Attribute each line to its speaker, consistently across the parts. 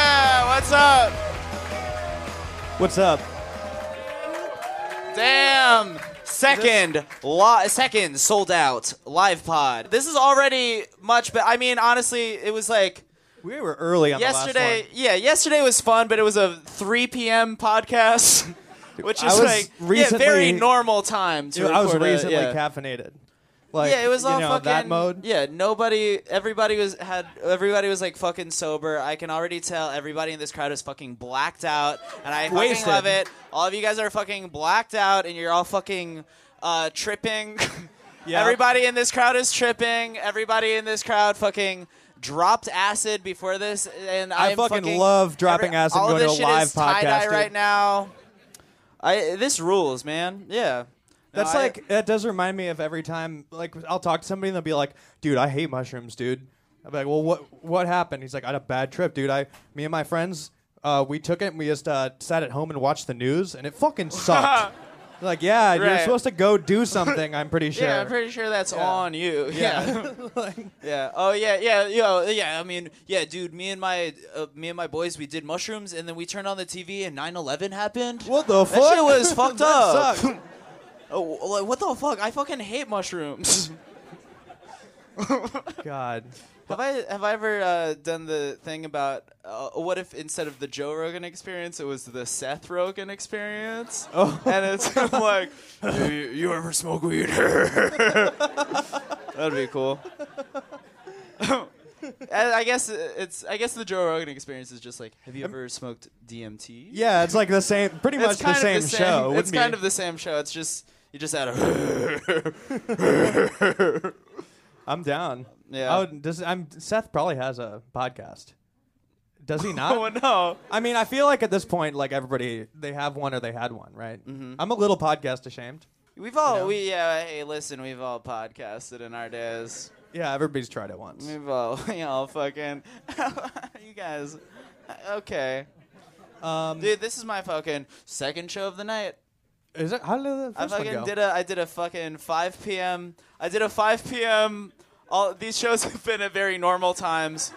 Speaker 1: What's up?
Speaker 2: What's up?
Speaker 1: Damn. Second, li- second sold out live pod. This is already much better. I mean, honestly, it was like
Speaker 2: We were early on
Speaker 1: yesterday. Yeah, yesterday was fun, but it was a 3 p.m. podcast, which
Speaker 2: I
Speaker 1: is
Speaker 2: was
Speaker 1: like
Speaker 2: recently-
Speaker 1: yeah, very normal time to
Speaker 2: the last one. Dude, I was
Speaker 1: record a-
Speaker 2: recently
Speaker 1: yeah.
Speaker 2: caffeinated. Like,
Speaker 1: yeah, it was
Speaker 2: you
Speaker 1: all
Speaker 2: know,
Speaker 1: fucking
Speaker 2: that mode.
Speaker 1: Yeah, nobody, everybody was had, everybody was like fucking sober. I can already tell everybody in this crowd is fucking blacked out, and I
Speaker 2: Wasted.
Speaker 1: fucking love it. All of you guys are fucking blacked out, and you're all fucking uh, tripping.
Speaker 2: Yeah.
Speaker 1: Everybody in this crowd is tripping. Everybody in this crowd fucking dropped acid before this, and
Speaker 2: I
Speaker 1: I'm
Speaker 2: fucking love dropping
Speaker 1: every-
Speaker 2: acid and
Speaker 1: all of
Speaker 2: going to
Speaker 1: this
Speaker 2: a
Speaker 1: shit
Speaker 2: live
Speaker 1: is tie-dye
Speaker 2: podcast, dude.
Speaker 1: right now. I this rules, man. Yeah. No,
Speaker 2: That's
Speaker 1: I-
Speaker 2: like that does remind me of every time like I'll talk to somebody and they'll be like, "Dude, I hate mushrooms, dude." I'll be like, "Well, what what happened?" He's like, "I had a bad trip, dude. I me and my friends, uh, we took it and we just uh, sat at home and watched the news and it fucking sucked." like, yeah, you're
Speaker 1: Right.
Speaker 2: supposed to go do something. I'm pretty sure.
Speaker 1: Yeah, I'm pretty sure that's on you. Yeah.
Speaker 2: Like,
Speaker 1: yeah. Oh yeah, yeah, yo, yeah. I mean, yeah, dude. Me and my, uh, me and my boys, we did mushrooms, and then we turned on the TV, and 9/11 happened.
Speaker 2: what the
Speaker 1: That
Speaker 2: fuck?
Speaker 1: shit was fucked
Speaker 2: That
Speaker 1: up.
Speaker 2: sucked.
Speaker 1: Oh, like, what the fuck? I fucking hate mushrooms.
Speaker 2: God.
Speaker 1: have I have I ever uh, done the thing about uh, what if instead of the Joe Rogan experience, it was the Seth Rogan experience?
Speaker 2: Oh.
Speaker 1: and it's I'm like, you, you ever smoke weed? That'd be cool. I I guess it's. I guess the Joe Rogan experience is just like. Have you ever smoked DMT?
Speaker 2: Yeah, it's like the same, pretty much
Speaker 1: it's kind
Speaker 2: the same,
Speaker 1: of the same
Speaker 2: show.
Speaker 1: It's
Speaker 2: wouldn't
Speaker 1: kind
Speaker 2: be?
Speaker 1: of the same show. It's just you just add a.
Speaker 2: I'm down.
Speaker 1: Yeah.
Speaker 2: I would, does, I'm, Seth probably has a podcast. Does he not?
Speaker 1: oh no!
Speaker 2: I mean, I feel like at this point, like everybody, they have one or they had one, right?
Speaker 1: Mm-hmm.
Speaker 2: I'm a little podcast ashamed.
Speaker 1: We've all
Speaker 2: You know?
Speaker 1: we yeah. Hey, listen, we've all podcasted in our days.
Speaker 2: Yeah, everybody's tried it once.
Speaker 1: We've all we all fucking. you guys, okay,
Speaker 2: Um,
Speaker 1: dude. This is my fucking second show of the night.
Speaker 2: is it? How did the
Speaker 1: I
Speaker 2: first one
Speaker 1: fucking
Speaker 2: go?
Speaker 1: did a I did a fucking 5 p.m. I did a 5 p.m. All these shows have been at very normal times.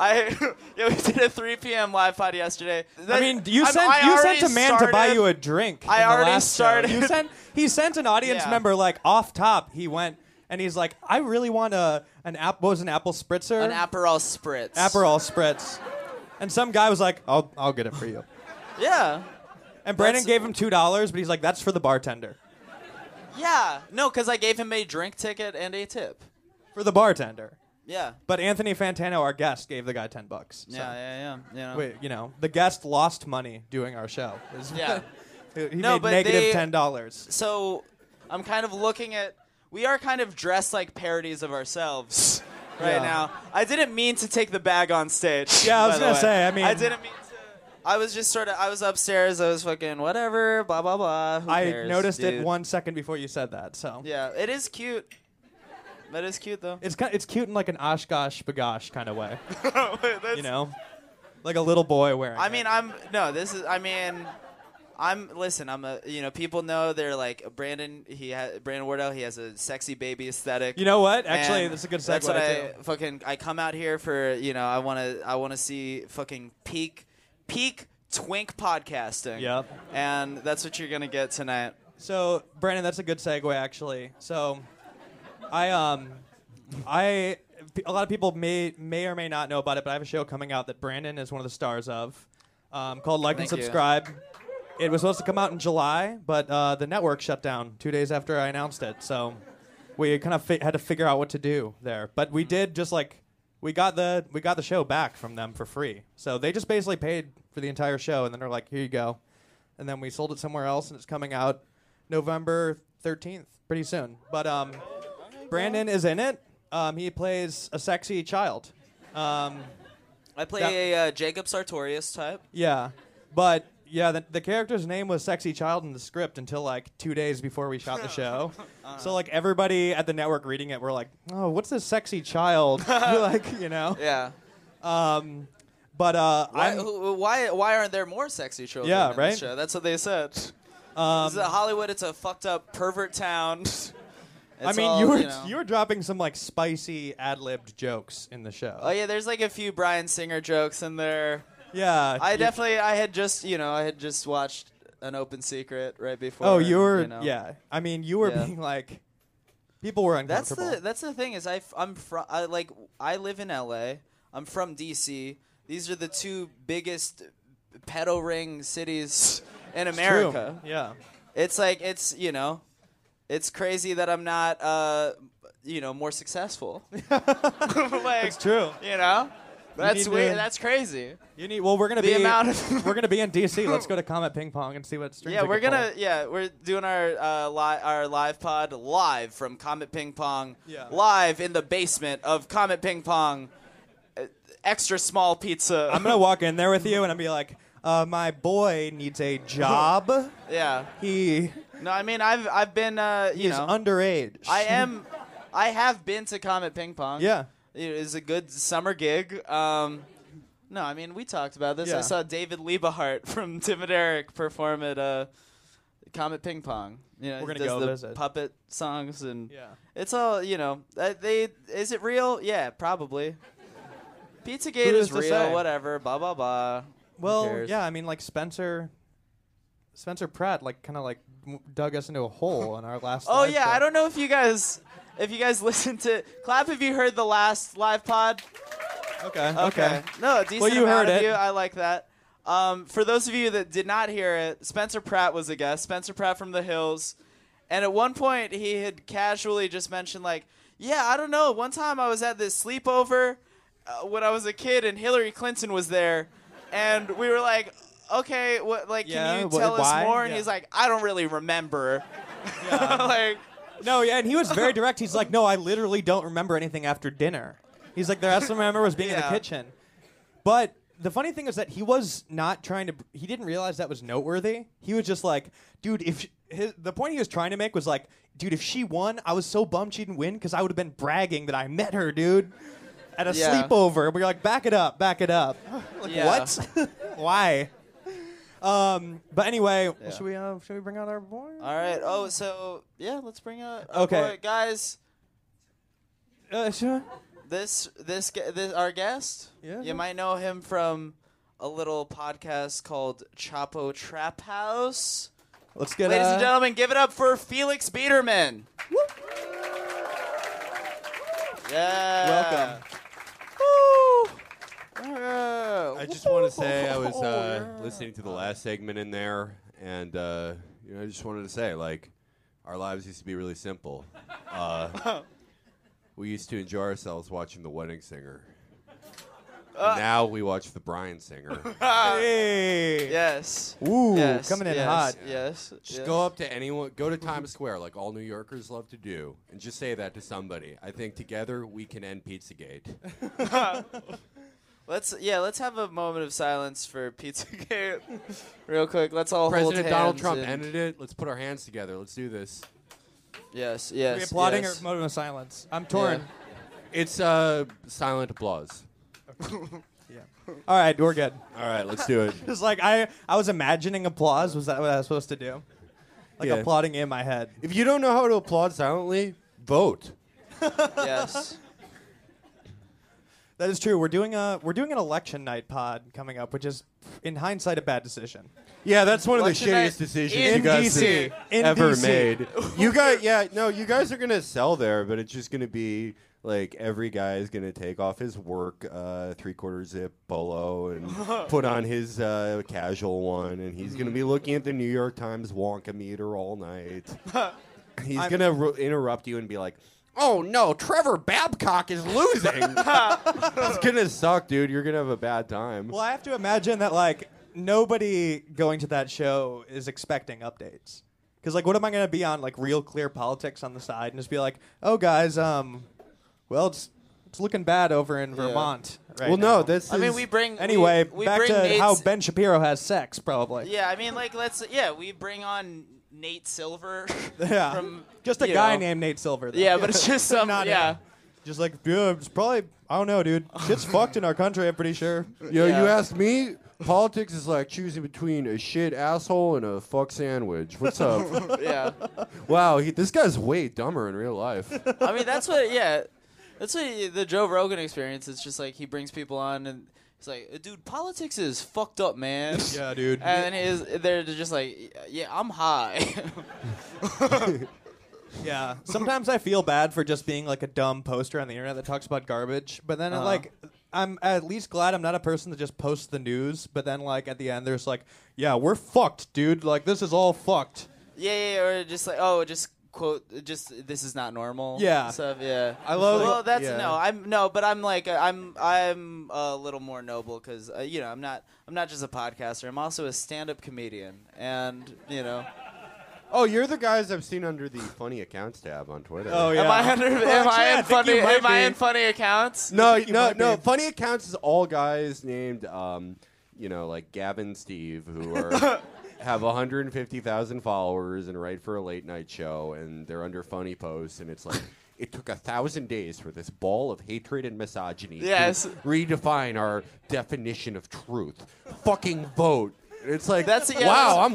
Speaker 1: I yeah we did a 3 p.m. live pod yesterday.
Speaker 2: I mean, you
Speaker 1: I'm-
Speaker 2: sent
Speaker 1: I
Speaker 2: you
Speaker 1: already
Speaker 2: sent a man to buy
Speaker 1: started-
Speaker 2: you a drink.
Speaker 1: I
Speaker 2: in the
Speaker 1: already
Speaker 2: last show.
Speaker 1: started-
Speaker 2: You sent he sent an audience
Speaker 1: Yeah.
Speaker 2: member like off top. He went and he's like, I really want a an app. What was an apple spritzer?
Speaker 1: an Aperol spritz.
Speaker 2: Aperol spritz. And some guy was like, I'll I'll get it for you.
Speaker 1: Yeah.
Speaker 2: And Brandon
Speaker 1: That's-
Speaker 2: gave him two dollars, but he's like, that's for the bartender.
Speaker 1: Yeah. No, because I gave him a drink ticket and a tip.
Speaker 2: For the bartender.
Speaker 1: Yeah.
Speaker 2: But Anthony Fantano, our guest, gave the guy ten bucks. So.
Speaker 1: Yeah, yeah, yeah. You know.
Speaker 2: Wait, you know, the guest lost money doing our show. Is what-
Speaker 1: Yeah.
Speaker 2: he
Speaker 1: No,
Speaker 2: made
Speaker 1: but
Speaker 2: negative
Speaker 1: they-
Speaker 2: ten dollars.
Speaker 1: So I'm kind of looking at. We are kind of dressed like parodies of ourselves right
Speaker 2: Yeah.
Speaker 1: now. I didn't mean to take the bag on stage.
Speaker 2: Yeah, I was
Speaker 1: by the
Speaker 2: gonna
Speaker 1: way.
Speaker 2: say, I mean-
Speaker 1: I didn't mean to. I was just sort of. I was upstairs. I was fucking whatever. Blah blah blah. Who
Speaker 2: I
Speaker 1: cares,
Speaker 2: noticed it
Speaker 1: dude?
Speaker 2: one second before you said that. So
Speaker 1: Yeah, it is cute. That is cute though.
Speaker 2: it's kind, it's cute in like an Oshkosh bagosh kind of way,
Speaker 1: That's-
Speaker 2: you know, like a little boy wearing.
Speaker 1: I
Speaker 2: it.
Speaker 1: mean, I'm no. This is. I mean, I'm. Listen, I'm a. You know, people know they're like Brandon. He ha- Brandon Wardell. He has a sexy baby aesthetic.
Speaker 2: you know what? Actually,
Speaker 1: And
Speaker 2: that's a good segue.
Speaker 1: That's what I
Speaker 2: too.
Speaker 1: fucking. I come out here for you know. I want to. I want to see fucking peak, peak twink podcasting.
Speaker 2: Yep.
Speaker 1: And that's what you're gonna get tonight.
Speaker 2: So Brandon, that's a good segue actually. So I um I a lot of people may may or may not know about it, but I have a show coming out that Brandon is one of the stars of, um, called Like
Speaker 1: Thank
Speaker 2: and
Speaker 1: you.
Speaker 2: Subscribe. It was supposed to come out in July, but uh, the network shut down two days after I announced it. So we kind of fi- had to figure out what to do there. But we did just like we got the we got the show back from them for free. So they just basically paid for the entire show, and then they're like, "Here you go," and then we sold it somewhere else, and it's coming out November thirteenth, pretty soon. But um, Brandon is in it. Um, he plays a sexy child. Um,
Speaker 1: I play
Speaker 2: That-
Speaker 1: a uh, Jacob Sartorius type.
Speaker 2: yeah, but yeah, the, the character's name was Sexy Child in the script until like two days before we shot the show.
Speaker 1: Uh-huh.
Speaker 2: So like everybody at the network reading it were like, "Oh, what's this sexy child?" like you know.
Speaker 1: Yeah.
Speaker 2: Um, but uh,
Speaker 1: Why,
Speaker 2: I'm-
Speaker 1: who, why? Why aren't there more sexy children?
Speaker 2: Yeah,
Speaker 1: in this
Speaker 2: right?
Speaker 1: show? That's what they said.
Speaker 2: um,
Speaker 1: This is Hollywood. It's a fucked up pervert town. It's
Speaker 2: I mean,
Speaker 1: all,
Speaker 2: you were you,
Speaker 1: know.
Speaker 2: were dropping some like spicy ad libbed jokes in the show.
Speaker 1: Oh yeah, there's like a few Brian Singer jokes in there.
Speaker 2: Yeah.
Speaker 1: I
Speaker 2: you-
Speaker 1: definitely, I had just, you know, I had just watched an open secret right before.
Speaker 2: Oh, you were.
Speaker 1: know.
Speaker 2: Yeah. I mean, you were
Speaker 1: Yeah.
Speaker 2: being like. People were
Speaker 1: That's
Speaker 2: uncomfortable.
Speaker 1: the that's the thing is I am from I like I live in L.A. I'm from D.C. These are the two biggest pedo ring cities in
Speaker 2: True.
Speaker 1: America.
Speaker 2: Yeah.
Speaker 1: It's like it's you know, it's crazy that I'm not uh you know more successful. like
Speaker 2: It's true.
Speaker 1: you know, that's
Speaker 2: need
Speaker 1: weird.
Speaker 2: to-
Speaker 1: That's crazy.
Speaker 2: You need. Well, we're gonna
Speaker 1: The
Speaker 2: be.
Speaker 1: amount of-
Speaker 2: we're gonna be in DC. Let's go to Comet Ping Pong and see what strings.
Speaker 1: Yeah,
Speaker 2: we
Speaker 1: we're
Speaker 2: can
Speaker 1: gonna
Speaker 2: pull.
Speaker 1: yeah we're doing our uh, li- our live pod live from Comet Ping Pong,
Speaker 2: Yeah.
Speaker 1: live in the basement of Comet Ping Pong, uh, extra small pizza.
Speaker 2: I'm gonna walk in there with you and I'll be like, uh, "My boy needs a job.
Speaker 1: yeah.
Speaker 2: He
Speaker 1: No, I mean I've I've been uh, you
Speaker 2: he's
Speaker 1: know
Speaker 2: underage.
Speaker 1: I am I have been to Comet Ping Pong.
Speaker 2: Yeah.
Speaker 1: it was a good summer gig. Um, no, I mean we talked about this.
Speaker 2: Yeah.
Speaker 1: I saw David Liebehart from Tim and Eric perform at uh, Comet Ping Pong. You know,
Speaker 2: We're gonna
Speaker 1: he does
Speaker 2: go
Speaker 1: the
Speaker 2: visit.
Speaker 1: puppet songs and
Speaker 2: Yeah.
Speaker 1: It's all you know. Uh, they is it real? Yeah, probably. Pizzagate
Speaker 2: Who is
Speaker 1: is
Speaker 2: to
Speaker 1: real.
Speaker 2: say?
Speaker 1: Whatever. Blah blah blah.
Speaker 2: Well,
Speaker 1: cares?
Speaker 2: yeah. I mean, like Spencer. Spencer Pratt, like, kind of like m- dug us into a hole on our last.
Speaker 1: Oh
Speaker 2: live
Speaker 1: yeah,
Speaker 2: show.
Speaker 1: I don't know if you guys, if you guys listened to clap if you heard the last live pod.
Speaker 2: Okay. Okay.
Speaker 1: Okay. No, a decent
Speaker 2: you
Speaker 1: amount
Speaker 2: heard
Speaker 1: of
Speaker 2: it.
Speaker 1: you. I like that. Um, for those of you that did not hear it, Spencer Pratt was a guest. Spencer Pratt from the Hills, and at one point he had casually just mentioned like, "Yeah, I don't know. One time I was at this sleepover uh, when I was a kid, and Hillary Clinton was there, and we were like." Okay, what like
Speaker 2: Yeah,
Speaker 1: can you
Speaker 2: wh-
Speaker 1: tell
Speaker 2: why?
Speaker 1: us more? And
Speaker 2: Yeah.
Speaker 1: he's like, I don't really remember. like,
Speaker 2: No, yeah, and he was very direct. He's like, no, I literally don't remember anything after dinner. He's like, the last time I remember was being in
Speaker 1: Yeah.
Speaker 2: the kitchen. But the funny thing is that he was not trying to. He didn't realize that was noteworthy. He was just like, dude, if sh- his, the point he was trying to make was like, dude, if she won, I was so bummed she didn't win because I would have been bragging that I met her, dude, at a
Speaker 1: Yeah.
Speaker 2: sleepover. And we were like, back it up, back it up. Like,
Speaker 1: Yeah.
Speaker 2: What? Why? Um, but anyway,
Speaker 1: Yeah.
Speaker 2: should we uh, should we bring out our boy?
Speaker 1: all right. Oh, so yeah, let's bring up.
Speaker 2: Okay.
Speaker 1: guys.
Speaker 2: Uh, sure.
Speaker 1: this this gu- this our guest.
Speaker 2: Yeah.
Speaker 1: You might know him from a little podcast called Chapo Trap House.
Speaker 2: Let's get
Speaker 1: Ladies and
Speaker 2: uh,
Speaker 1: gentlemen, give it up for Felix Biederman. Yeah.
Speaker 2: Welcome.
Speaker 1: Woo. Yeah.
Speaker 3: I just want to say I was uh, listening to the last segment in there, and uh, you know, I just wanted to say like our lives used to be really simple. Uh, we used to enjoy ourselves watching The Wedding Singer.
Speaker 1: Uh.
Speaker 3: And now we watch The Brian Singer.
Speaker 2: Hey.
Speaker 1: Ah. Yes.
Speaker 2: Ooh,
Speaker 1: yes.
Speaker 2: coming in
Speaker 1: yes,
Speaker 2: hot.
Speaker 1: Yes.
Speaker 3: just
Speaker 1: yes.
Speaker 3: go up to anyone, go to Times Square, like all New Yorkers love to do, and just say that to somebody. I think together we can end Pizzagate.
Speaker 1: Let's yeah. Let's have a moment of silence for Pizzagate, real quick. Let's all hold
Speaker 3: President
Speaker 1: hands.
Speaker 3: Donald Trump
Speaker 1: and-
Speaker 3: ended it. Let's put our hands together. Let's do this.
Speaker 1: Yes.
Speaker 2: Are
Speaker 1: Yes.
Speaker 2: we applauding
Speaker 1: yes.
Speaker 2: or moment of silence? I'm torn.
Speaker 3: It's uh, silent applause.
Speaker 2: All right, we're good.
Speaker 3: All right, let's do it.
Speaker 2: Just like I, I was imagining applause. Was that what I was supposed to do? Like
Speaker 3: Yeah.
Speaker 2: applauding in my head.
Speaker 3: If you don't know how to applaud silently, vote.
Speaker 1: yes.
Speaker 2: That is true. We're doing a we're doing an election night pod coming up, which is, in hindsight, a bad decision.
Speaker 3: Yeah, that's one
Speaker 1: Election
Speaker 3: of the
Speaker 1: night
Speaker 3: shittiest decisions
Speaker 1: in
Speaker 3: you guys
Speaker 1: DC.
Speaker 3: have
Speaker 2: In
Speaker 3: ever
Speaker 2: DC.
Speaker 3: made. You guys, yeah, no, you guys are gonna sell there, but it's just gonna be like every guy is gonna take off his work uh, three quarter zip polo and put on his uh, casual one, and he's gonna be
Speaker 1: Mm-hmm.
Speaker 3: looking at the New York Times Wonka meter all night. he's gonna ru- interrupt you and be like. Oh no, Trevor Babcock is losing. it's gonna suck, dude. You're gonna have a bad time.
Speaker 2: Well, I have to imagine that like nobody going to that show is expecting updates. Because like, what am I going to be on like real clear politics on the side and just be like, oh guys, um, well it's it's looking bad over in Vermont. Right
Speaker 3: well,
Speaker 2: now."
Speaker 3: no, this.
Speaker 1: I mean,
Speaker 3: is-
Speaker 1: we bring
Speaker 2: Anyway,
Speaker 1: We, we
Speaker 2: back
Speaker 1: bring
Speaker 2: to
Speaker 1: Nate's,
Speaker 2: how Ben Shapiro has sex, probably.
Speaker 1: Yeah, I mean, like let's. Yeah, we bring on Nate Silver.
Speaker 2: Yeah.
Speaker 1: From
Speaker 2: just a
Speaker 1: you
Speaker 2: guy
Speaker 1: know.
Speaker 2: named Nate Silver. Though.
Speaker 1: Yeah, but it's just some.
Speaker 2: Not
Speaker 1: yeah.
Speaker 2: him. just like yeah, it's probably I don't know, dude. Shit's fucked in our country. I'm pretty sure.
Speaker 3: Yo,
Speaker 1: Yeah.
Speaker 3: you ask me, politics is like choosing between a shit asshole and a fuck sandwich. What's up?
Speaker 1: Yeah.
Speaker 3: wow, he, this guy's way dumber in real life.
Speaker 1: I mean, that's what. Yeah. That's what the Joe Rogan experience. It's just like he brings people on and He's like, dude, politics is fucked up, man.
Speaker 2: Yeah, dude.
Speaker 1: And his, they're just like, yeah, I'm high.
Speaker 2: Yeah. Sometimes I feel bad for just being like a dumb poster on the internet that talks about garbage, but then it,
Speaker 1: Uh-huh.
Speaker 2: like I'm at least glad I'm not a person that just posts the news, but then like at the end there's like, yeah, we're fucked, dude. Like this is all fucked.
Speaker 1: Yeah, yeah, yeah, or just like, oh, just quote, just this is not normal.
Speaker 2: Yeah.
Speaker 1: stuff. Yeah,
Speaker 2: I love-
Speaker 1: Well, that's
Speaker 2: yeah.
Speaker 1: no, I'm no, but I'm like, uh, I'm I'm a little more noble because uh, you know I'm not I'm not just a podcaster. I'm also a stand-up comedian, and you know,
Speaker 3: Oh, you're the guys I've seen under the funny accounts tab on Twitter.
Speaker 2: Oh yeah.
Speaker 1: am I under, am
Speaker 2: actually,
Speaker 1: I
Speaker 2: I
Speaker 1: in
Speaker 2: think you
Speaker 1: funny
Speaker 2: might
Speaker 1: am I
Speaker 2: be.
Speaker 1: in funny accounts?
Speaker 3: No,
Speaker 2: think you
Speaker 3: no,
Speaker 2: might be.
Speaker 3: no. Funny accounts is all guys named, um, you know, like Gavin, Steve, who are have 150,000 followers and write for a late night show, and they're under funny posts, and it's like. It took a thousand days for this ball of hatred and misogyny
Speaker 1: Yes.
Speaker 3: to redefine our definition of truth. Fucking vote. It's like,
Speaker 1: That's yeah,
Speaker 3: wow,
Speaker 1: that's-
Speaker 3: I'm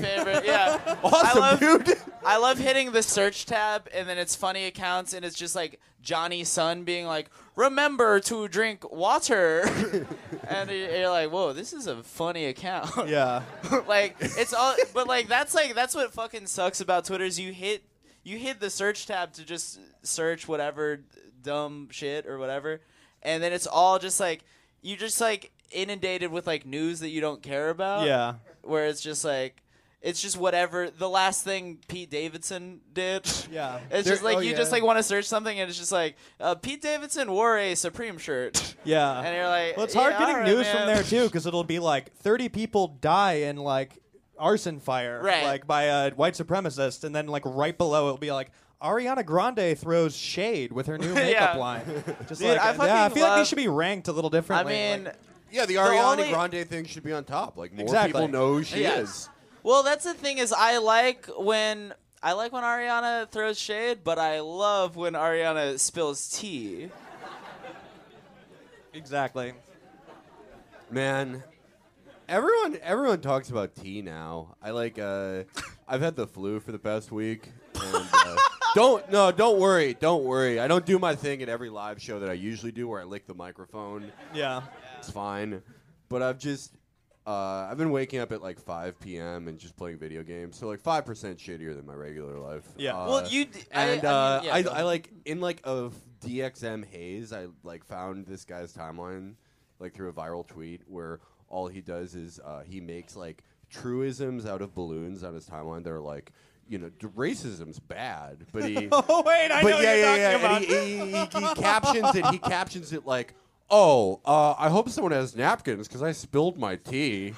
Speaker 1: That's my favorite. Yeah,
Speaker 3: Awesome,
Speaker 1: I love,
Speaker 3: dude.
Speaker 1: I love hitting the search tab and then it's funny accounts and it's just like Johnny Sun being like, "Remember to drink water," and you- you're like, "Whoa, this is a funny account."
Speaker 2: Yeah.
Speaker 1: like it's all, but like that's like that's what fucking sucks about Twitter is you hit you hit the search tab to just search whatever dumb shit or whatever, and then it's all just like you just like inundated with like news that you don't care about
Speaker 2: Yeah.
Speaker 1: where it's just like it's just whatever the last thing Pete Davidson did.
Speaker 2: Yeah.
Speaker 1: It's
Speaker 2: There-
Speaker 1: just like
Speaker 2: oh,
Speaker 1: you
Speaker 2: yeah.
Speaker 1: just like want to search something and it's just like uh, Pete Davidson wore a Supreme shirt.
Speaker 2: Yeah.
Speaker 1: And you're like,
Speaker 2: well, it's hard
Speaker 1: yeah,
Speaker 2: getting
Speaker 1: all right,
Speaker 2: news
Speaker 1: man.
Speaker 2: from there too, because it'll be like 30 people die in like arson fire,
Speaker 1: Right.
Speaker 2: like by a white supremacist, and then like right below it'll be like Ariana Grande throws shade with her new makeup
Speaker 1: Yeah.
Speaker 2: line. Just
Speaker 1: Dude,
Speaker 2: like uh, yeah,
Speaker 1: I
Speaker 2: I
Speaker 1: fucking
Speaker 2: feel like
Speaker 1: love-
Speaker 2: these should be ranked a little
Speaker 1: I
Speaker 2: differently.
Speaker 1: mean,
Speaker 2: like-
Speaker 3: Yeah, the
Speaker 1: Ariana
Speaker 3: Ariana
Speaker 1: only-
Speaker 3: Grande thing should be on top. Like, more
Speaker 2: Exactly.
Speaker 3: people know she
Speaker 1: Yeah.
Speaker 3: is.
Speaker 1: well, that's the thing is I like when I like when Ariana throws shade, but I love when Ariana spills tea.
Speaker 2: exactly.
Speaker 3: Man, everyone everyone talks about tea now. I like uh I've had the flu for the past week. And, uh, don't no, don't worry, don't worry. I don't do my thing at every live show that I usually do, where I lick the microphone.
Speaker 2: Yeah.
Speaker 3: It's fine, but I've just uh, I've been waking up at like 5 p.m. and just playing video games. So like five percent shittier than my regular life.
Speaker 2: Yeah.
Speaker 3: Uh,
Speaker 1: well, you d-
Speaker 3: and
Speaker 1: I,
Speaker 3: uh,
Speaker 1: I, mean, yeah,
Speaker 3: I,
Speaker 1: go
Speaker 3: I, like in like a DXM haze, I like found this guy's timeline, like through a viral tweet where all he does is uh, he makes like truisms out of balloons on his timeline that are like, you know, d- racism's bad, but he, but
Speaker 2: Oh wait, I know
Speaker 3: yeah,
Speaker 2: what you're
Speaker 3: yeah,
Speaker 2: talking
Speaker 3: yeah,
Speaker 2: about.
Speaker 3: and he, he, he, he captions it. He captions it like, oh, uh, I hope someone has napkins because I spilled my tea.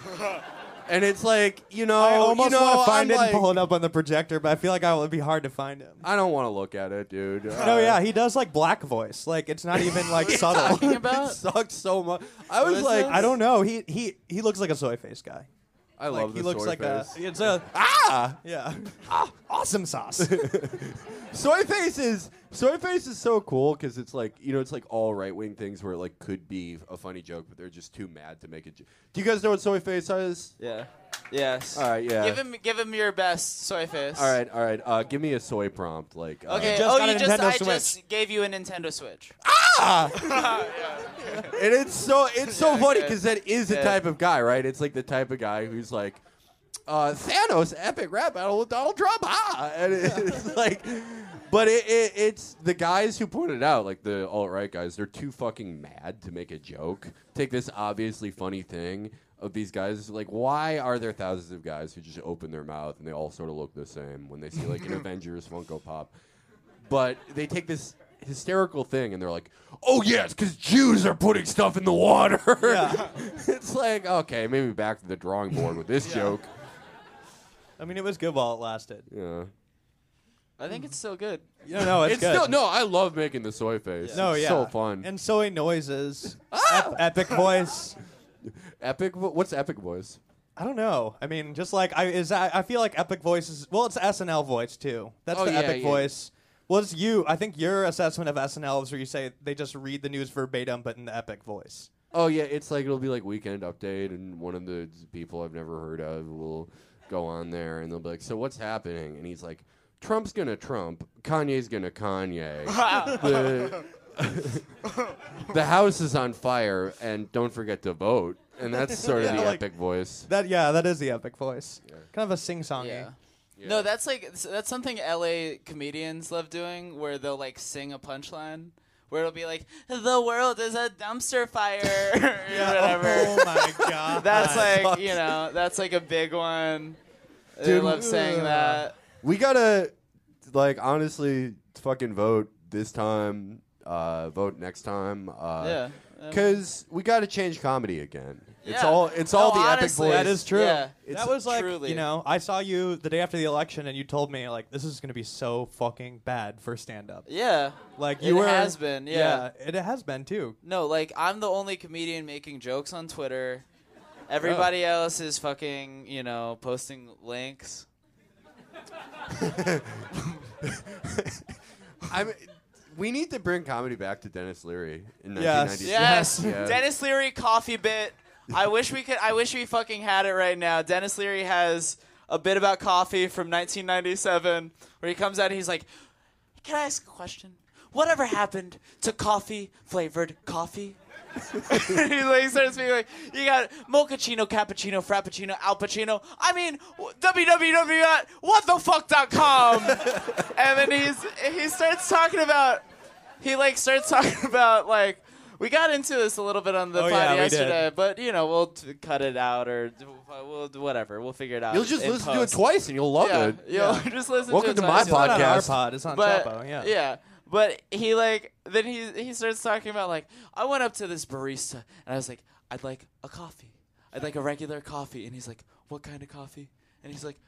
Speaker 3: And it's like you know,
Speaker 2: I almost
Speaker 3: you know,
Speaker 2: want to find
Speaker 3: I'm
Speaker 2: it
Speaker 3: like,
Speaker 2: and pull it up on the projector, but I feel like I would be hard to find him.
Speaker 3: I don't want to look at it, dude.
Speaker 2: No,
Speaker 3: Uh,
Speaker 2: yeah, he does like black voice. Like it's not even like subtle.
Speaker 1: talking about?
Speaker 3: it sucks so much. I was
Speaker 1: is
Speaker 3: like,
Speaker 1: this?
Speaker 2: I don't know. He he he looks like a soy face guy.
Speaker 3: I
Speaker 2: Like
Speaker 3: love
Speaker 2: he
Speaker 3: the
Speaker 2: looks
Speaker 3: soy
Speaker 2: like
Speaker 3: face.
Speaker 2: a it's a
Speaker 3: ah
Speaker 2: yeah. awesome sauce.
Speaker 3: soy face is soy face is so cool because it's like you know it's like all right wing things where it like could be a funny joke but they're just too mad to make it. Jo- Do you guys know what soy face is?
Speaker 1: yeah. Yes.
Speaker 3: All right, yeah.
Speaker 1: Give him, give him your best soy face.
Speaker 3: All right, all right. Uh, give me a soy prompt, like uh,
Speaker 1: Okay.
Speaker 2: You just
Speaker 1: oh,
Speaker 2: got
Speaker 1: you
Speaker 2: a
Speaker 1: just
Speaker 2: Nintendo
Speaker 1: I
Speaker 2: Switch.
Speaker 1: just gave you a Nintendo Switch.
Speaker 3: and it's so it's so
Speaker 1: Yeah,
Speaker 3: funny
Speaker 1: okay.
Speaker 3: because that is
Speaker 1: Yeah.
Speaker 3: the type of guy, right? It's like the type of guy who's like, uh, Thanos epic rap battle with Donald Trump, ah, and it's like, but it, it it's the guys who pointed out, like the alt right guys, they're too fucking mad to make a joke. Take this obviously funny thing of these guys, like why are there thousands of guys who just open their mouth and they all sort of look the same when they see like an Avengers Funko Pop? but they take this hysterical thing and they're like, "Oh yeah, it's because Jews are putting stuff in the water."
Speaker 2: Yeah.
Speaker 3: it's like, okay, maybe back to the drawing board with this joke.
Speaker 2: I mean, it was good while it lasted.
Speaker 3: Yeah,
Speaker 1: I think it's still good.
Speaker 2: No, no, it's,
Speaker 3: it's,
Speaker 2: good.
Speaker 3: still no. I love making the soy face.
Speaker 2: No,
Speaker 3: It's
Speaker 2: yeah,
Speaker 3: so fun. Ah!
Speaker 2: and soy noises, Ep- epic voice.
Speaker 3: epic. vo- What's epic voice?
Speaker 2: I don't know. I mean, just like I is I, I feel like epic voice is well, it's SNL voice too. That's
Speaker 3: Oh,
Speaker 2: the
Speaker 3: yeah,
Speaker 2: epic
Speaker 3: yeah.
Speaker 2: voice. Well, it's you. I think your assessment of SNL is where you say they just read the news verbatim, but in the epic voice.
Speaker 3: Oh yeah, it's like it'll be like weekend update, and one of the people I've never heard of will go on there, and they'll be like, "So what's happening?" And he's like, "Trump's gonna Trump, Kanye's gonna Kanye, the
Speaker 4: the house is on fire, and don't forget to vote. And that's sort of
Speaker 2: Yeah,
Speaker 4: the
Speaker 2: like-
Speaker 4: epic voice.
Speaker 2: That yeah, that is the epic voice. Kind of a sing songy.
Speaker 1: Yeah. No, that's like that's something LA comedians love doing, where they'll like sing a punchline, where it'll be like, "The world is a dumpster fire," or whatever.
Speaker 2: Oh my god.
Speaker 1: That's like you know, that's like a big one. they
Speaker 5: Dude, uh,
Speaker 1: love saying that.
Speaker 5: We gotta, like, honestly, fucking vote this time. Uh, vote next time. Uh,
Speaker 1: Yeah. Um,
Speaker 5: Cause we gotta change comedy again. It's
Speaker 1: Yeah.
Speaker 5: all. It's
Speaker 1: No,
Speaker 5: all the
Speaker 1: honestly.
Speaker 5: epic voice.
Speaker 2: That is true.
Speaker 1: Yeah.
Speaker 5: It's-
Speaker 2: that was like
Speaker 1: Truly.
Speaker 2: you know, I saw you the day after the election, and you told me like this is gonna be so fucking bad for stand up.
Speaker 1: Yeah.
Speaker 2: Like
Speaker 1: It
Speaker 2: you were.
Speaker 1: has been, yeah.
Speaker 2: it has been too.
Speaker 1: No, like I'm the only comedian making jokes on Twitter. Everybody else is fucking, you know, posting links.
Speaker 5: I'm, we need to bring comedy back to Dennis Leary in
Speaker 2: Yes.
Speaker 5: 1996.
Speaker 1: Yes.
Speaker 5: Yeah.
Speaker 1: Dennis Leary coffee bit. I wish we could. I wish we fucking had it right now. Dennis Leary has a bit about coffee from 1997, where he comes out and he's like, "Can I ask a question? Whatever happened to coffee flavored coffee?" he like starts being like, "You got mochaccino, cappuccino, frappuccino, alpacino. I mean, www.whatthefuck.com." and then he's he starts talking about he like starts talking about like we got into this a little bit on the
Speaker 2: Oh,
Speaker 1: pod
Speaker 2: yeah, we did.
Speaker 1: yesterday, but you know we'll t- cut it out or d- we'll do whatever we'll figure it out.
Speaker 5: You'll just
Speaker 1: in
Speaker 5: listen to it
Speaker 1: post.
Speaker 5: twice and you'll love
Speaker 1: Yeah,
Speaker 5: it.
Speaker 1: you'll
Speaker 2: Yeah.
Speaker 1: just listen.
Speaker 5: Welcome
Speaker 1: to, it
Speaker 5: to my
Speaker 1: twice.
Speaker 2: It's not on our
Speaker 5: Podcast.
Speaker 2: pod. It's on
Speaker 1: But
Speaker 2: Chapo. Yeah.
Speaker 1: yeah. But he like then he he starts talking about like I went up to this barista and I was like I'd like a coffee. I'd like a regular coffee and he's like what kind of coffee? And he's like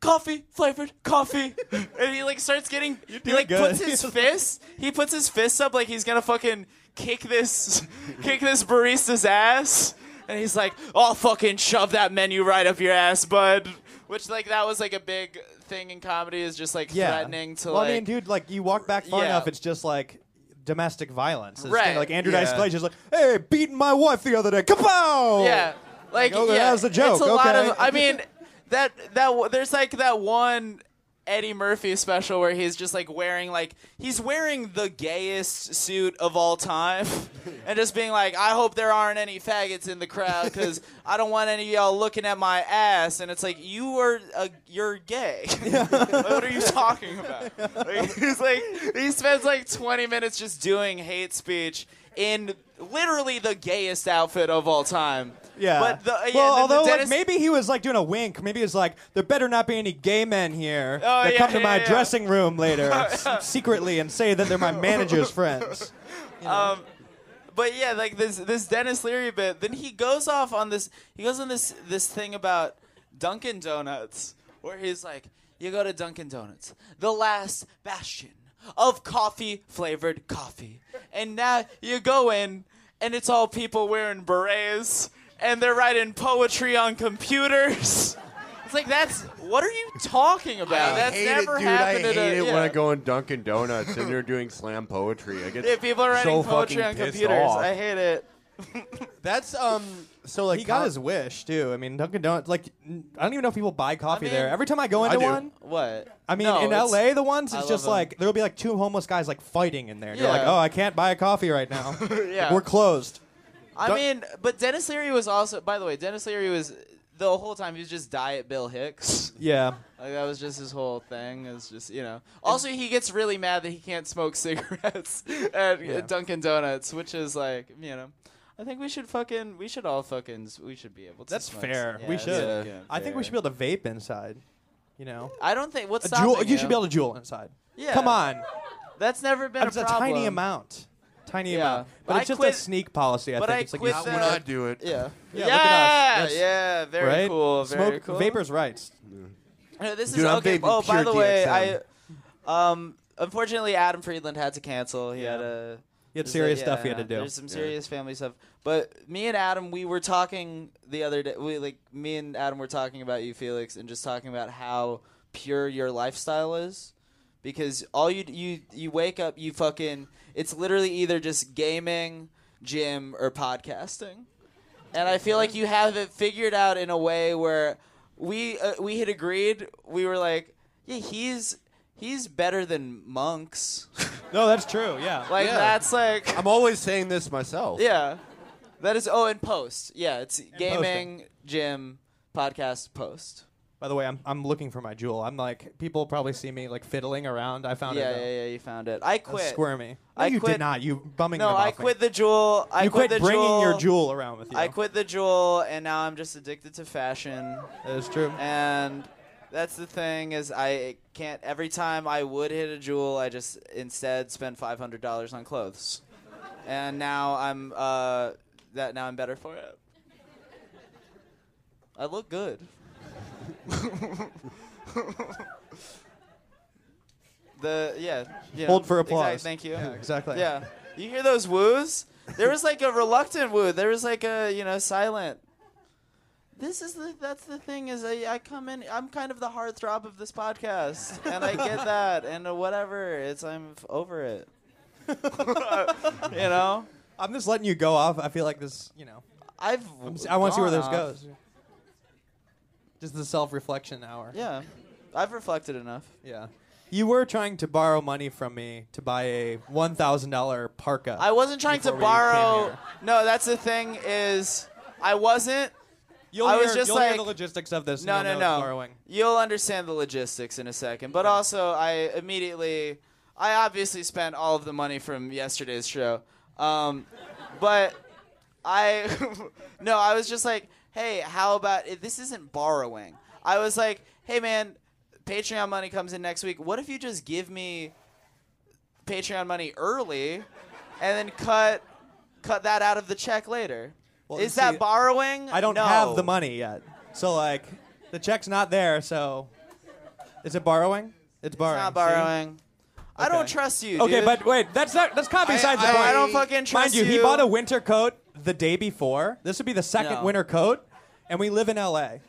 Speaker 1: coffee flavored coffee. and he like starts getting he
Speaker 2: doing
Speaker 1: like
Speaker 2: good.
Speaker 1: puts his fist he puts his fists up like he's going to fucking kick this kick this barista's ass. And he's like, "I'll fucking shove that menu right up your ass, bud." Which like that was like a big thing in comedy is just like
Speaker 2: Yeah.
Speaker 1: threatening to
Speaker 2: well,
Speaker 1: like
Speaker 2: I mean, dude, like you walk back far
Speaker 1: Yeah.
Speaker 2: enough, it's just like domestic violence. It's
Speaker 1: Right.
Speaker 2: Like Andrew Dice
Speaker 5: Yeah.
Speaker 2: Clay just like, hey, beating my wife the other day. Kapow!
Speaker 1: yeah
Speaker 2: Like,
Speaker 1: like
Speaker 2: okay,
Speaker 1: yeah,
Speaker 2: that was a joke,
Speaker 1: it's a lot
Speaker 2: okay.
Speaker 1: of i mean that that w- there's like that one eddie murphy special where he's just like wearing like he's wearing the gayest suit of all time and just being like i hope there aren't any faggots in the crowd because i don't want any of y'all looking at my ass and it's like you are a, you're gay Like, what are you talking about like, he's like he spends like 20 minutes just doing hate speech in literally the gayest outfit of all time
Speaker 2: Yeah.
Speaker 1: but the, yeah,
Speaker 2: well,
Speaker 1: the- the
Speaker 2: although
Speaker 1: Dennis-
Speaker 2: like maybe he was like doing a wink. Maybe he was like, "There better not be any gay men here
Speaker 1: Oh,
Speaker 2: that
Speaker 1: yeah,
Speaker 2: come to
Speaker 1: yeah,
Speaker 2: my
Speaker 1: yeah.
Speaker 2: dressing room later s- secretly and say that they're my manager's friends."
Speaker 1: but yeah, like this this Dennis Leary bit. Then he goes off on this. He goes on this this thing about Dunkin' Donuts, where he's like, "You go to Dunkin' Donuts, the last bastion of coffee flavored coffee, and now you go in, and it's all people wearing berets, and they're writing poetry on computers." It's like that's what are you talking about?
Speaker 5: I
Speaker 1: that's
Speaker 5: hate
Speaker 1: never
Speaker 5: it, dude. I
Speaker 1: happened.
Speaker 5: hate
Speaker 1: at a-
Speaker 5: it when
Speaker 1: yeah.
Speaker 5: I go in Dunkin' Donuts and they're doing slam poetry. I get
Speaker 1: Yeah, people are writing
Speaker 5: so
Speaker 1: poetry
Speaker 5: fucking
Speaker 1: on
Speaker 5: pissed
Speaker 1: computers.
Speaker 5: off.
Speaker 1: I hate it.
Speaker 5: That's um. So like
Speaker 2: He got
Speaker 5: com-
Speaker 2: his wish too. I mean, Dunkin' Donuts. Like, n- I don't even know if people buy coffee
Speaker 1: mean-
Speaker 2: there. Every time I go into
Speaker 5: do.
Speaker 2: one,
Speaker 1: What?
Speaker 2: I mean,
Speaker 1: No,
Speaker 2: in
Speaker 1: it's-
Speaker 2: LA, the ones
Speaker 1: I
Speaker 2: it's
Speaker 1: love
Speaker 2: just
Speaker 1: them.
Speaker 2: like there'll be like two homeless guys like fighting in there. You're like,
Speaker 1: Yeah.
Speaker 2: "Oh, I can't buy a coffee right now.
Speaker 1: Yeah.
Speaker 2: We're closed."
Speaker 1: I
Speaker 2: Don't-
Speaker 1: mean, but Dennis Leary was also. By the way, Dennis Leary was the whole time he was just diet Bill Hicks.
Speaker 2: Yeah.
Speaker 1: Like that was just his whole thing. Is just you know. Also, he gets really mad that he can't smoke cigarettes at
Speaker 2: Yeah.
Speaker 1: Dunkin' Donuts, which is like you know. I think we should fucking. We should all fucking. s- We should be able to.
Speaker 2: That's
Speaker 1: smoke
Speaker 2: fair.
Speaker 1: c-
Speaker 2: we
Speaker 1: yeah,
Speaker 2: should.
Speaker 1: that's
Speaker 5: Yeah.
Speaker 1: fucking
Speaker 2: I think we
Speaker 1: fair.
Speaker 2: should be able to vape inside. You know,
Speaker 1: I don't think. What's
Speaker 2: a jewel.
Speaker 1: stopping
Speaker 2: You should be able to jewel inside.
Speaker 1: Yeah.
Speaker 2: Come on.
Speaker 1: That's never been
Speaker 2: It's
Speaker 1: a
Speaker 2: a
Speaker 1: problem.
Speaker 2: tiny amount. Tiny
Speaker 1: Yeah.
Speaker 2: amount. But
Speaker 1: I
Speaker 2: it's just
Speaker 1: quit-
Speaker 2: a sneak policy. I
Speaker 1: but
Speaker 2: think
Speaker 1: I
Speaker 2: it's like
Speaker 1: quit
Speaker 2: you-
Speaker 1: that-
Speaker 5: When I do it,
Speaker 1: Yeah.
Speaker 2: Yeah,
Speaker 1: Yeah.
Speaker 2: look at
Speaker 1: Yeah.
Speaker 2: us. That's-
Speaker 1: very
Speaker 2: right?
Speaker 1: cool. Very
Speaker 2: Smoke
Speaker 1: cool.
Speaker 2: vapors rights.
Speaker 1: Uh, This
Speaker 5: Dude,
Speaker 1: is
Speaker 5: I'm
Speaker 1: okay.
Speaker 5: vaping
Speaker 1: Oh, by
Speaker 5: pure
Speaker 1: the way,
Speaker 5: DXM.
Speaker 1: I um unfortunately Adam Friedland had to cancel. He had a
Speaker 2: He had
Speaker 1: there's a-
Speaker 2: serious stuff he had to
Speaker 1: yeah,
Speaker 2: do.
Speaker 1: There's some serious family stuff. But me and Adam, we were talking the other day. We like me and Adam were talking about you, Felix, and just talking about how pure your lifestyle is. Because all you you you wake up, you fucking it's literally either just gaming, gym, or podcasting and I feel like you have it figured out in a way where we uh, we had agreed. We were like, yeah, he's he's better than monks.
Speaker 2: No, that's true. Yeah.
Speaker 1: Like
Speaker 4: Yeah.
Speaker 1: that's like
Speaker 5: I'm always saying this myself.
Speaker 1: yeah. That is oh and post. Yeah, it's gaming,
Speaker 2: posting.
Speaker 1: gym, podcast, post.
Speaker 2: By the way, I'm I'm looking for my jewel. I'm like people probably see me like fiddling around. I found
Speaker 1: Yeah,
Speaker 2: it.
Speaker 1: yeah, yeah, you found it. I
Speaker 2: That's
Speaker 1: quit.
Speaker 2: squirmy. No,
Speaker 1: I
Speaker 2: you
Speaker 1: quit-
Speaker 2: did not. You bumming.
Speaker 1: No,
Speaker 2: them
Speaker 1: I
Speaker 2: off me.
Speaker 1: quit the jewel. I
Speaker 2: You
Speaker 1: quit,
Speaker 2: quit,
Speaker 1: the
Speaker 2: bringing
Speaker 1: jewel.
Speaker 2: your jewel around with you.
Speaker 1: I quit the jewel and now I'm just addicted to fashion.
Speaker 2: That's true.
Speaker 1: And that's the thing is I can't every time I would hit a jewel, I just instead spend five hundred dollars on clothes. And now I'm uh that now I'm better for it. I look good. the yeah, you
Speaker 2: Hold
Speaker 1: know,
Speaker 2: for
Speaker 1: exact-
Speaker 2: applause.
Speaker 1: thank you.
Speaker 2: Yeah, exactly.
Speaker 1: Yeah. You hear those woos? There was like a reluctant woo. There was like a, you know, silent. This is the that's the thing is I, I come in I'm kind of the heartthrob of this podcast and I get that and uh, whatever it's I'm f- over it. you know?
Speaker 2: I'm just letting you go off. I feel like this. You know,
Speaker 1: I've
Speaker 2: I'm s- I want to see where
Speaker 1: gone
Speaker 2: this
Speaker 1: off.
Speaker 2: goes. Just the self-reflection hour.
Speaker 1: Yeah. I've reflected enough.
Speaker 2: Yeah. You were trying to borrow money from me to buy a one thousand dollar parka.
Speaker 1: I wasn't trying
Speaker 2: Before
Speaker 1: to
Speaker 2: we came
Speaker 1: borrow
Speaker 2: here.
Speaker 1: No, that's the thing is I wasn't
Speaker 2: You'll
Speaker 1: I
Speaker 2: hear,
Speaker 1: was just
Speaker 2: you'll hear the
Speaker 1: like-
Speaker 2: logistics of this. and
Speaker 1: No,
Speaker 2: you'll
Speaker 1: no,
Speaker 2: know it's
Speaker 1: no.
Speaker 2: Borrowing.
Speaker 1: You'll understand the logistics in a second. But also, I immediately, I obviously spent all of the money from yesterday's show. Um, but I, no, I was just like, hey, how about this? Isn't borrowing? I was like, hey, man, Patreon money comes in next week. What if you just give me Patreon money early, and then cut cut that out of the check later?
Speaker 2: Well,
Speaker 1: Is
Speaker 2: see,
Speaker 1: that borrowing?
Speaker 2: I don't
Speaker 1: No.
Speaker 2: have the money yet. So like, the check's not there. So, is it borrowing? It's borrowing.
Speaker 1: It's not
Speaker 2: see?
Speaker 1: borrowing. I
Speaker 2: Okay.
Speaker 1: don't trust you.
Speaker 2: Okay,
Speaker 1: dude.
Speaker 2: but wait, that's not that's kind of
Speaker 5: I-
Speaker 2: besides
Speaker 5: I-
Speaker 2: the point.
Speaker 1: I don't fucking trust
Speaker 2: Mind you, he
Speaker 1: you.
Speaker 2: bought a winter coat the day before. This would be the second
Speaker 1: No.
Speaker 2: winter coat, and we live in LA. It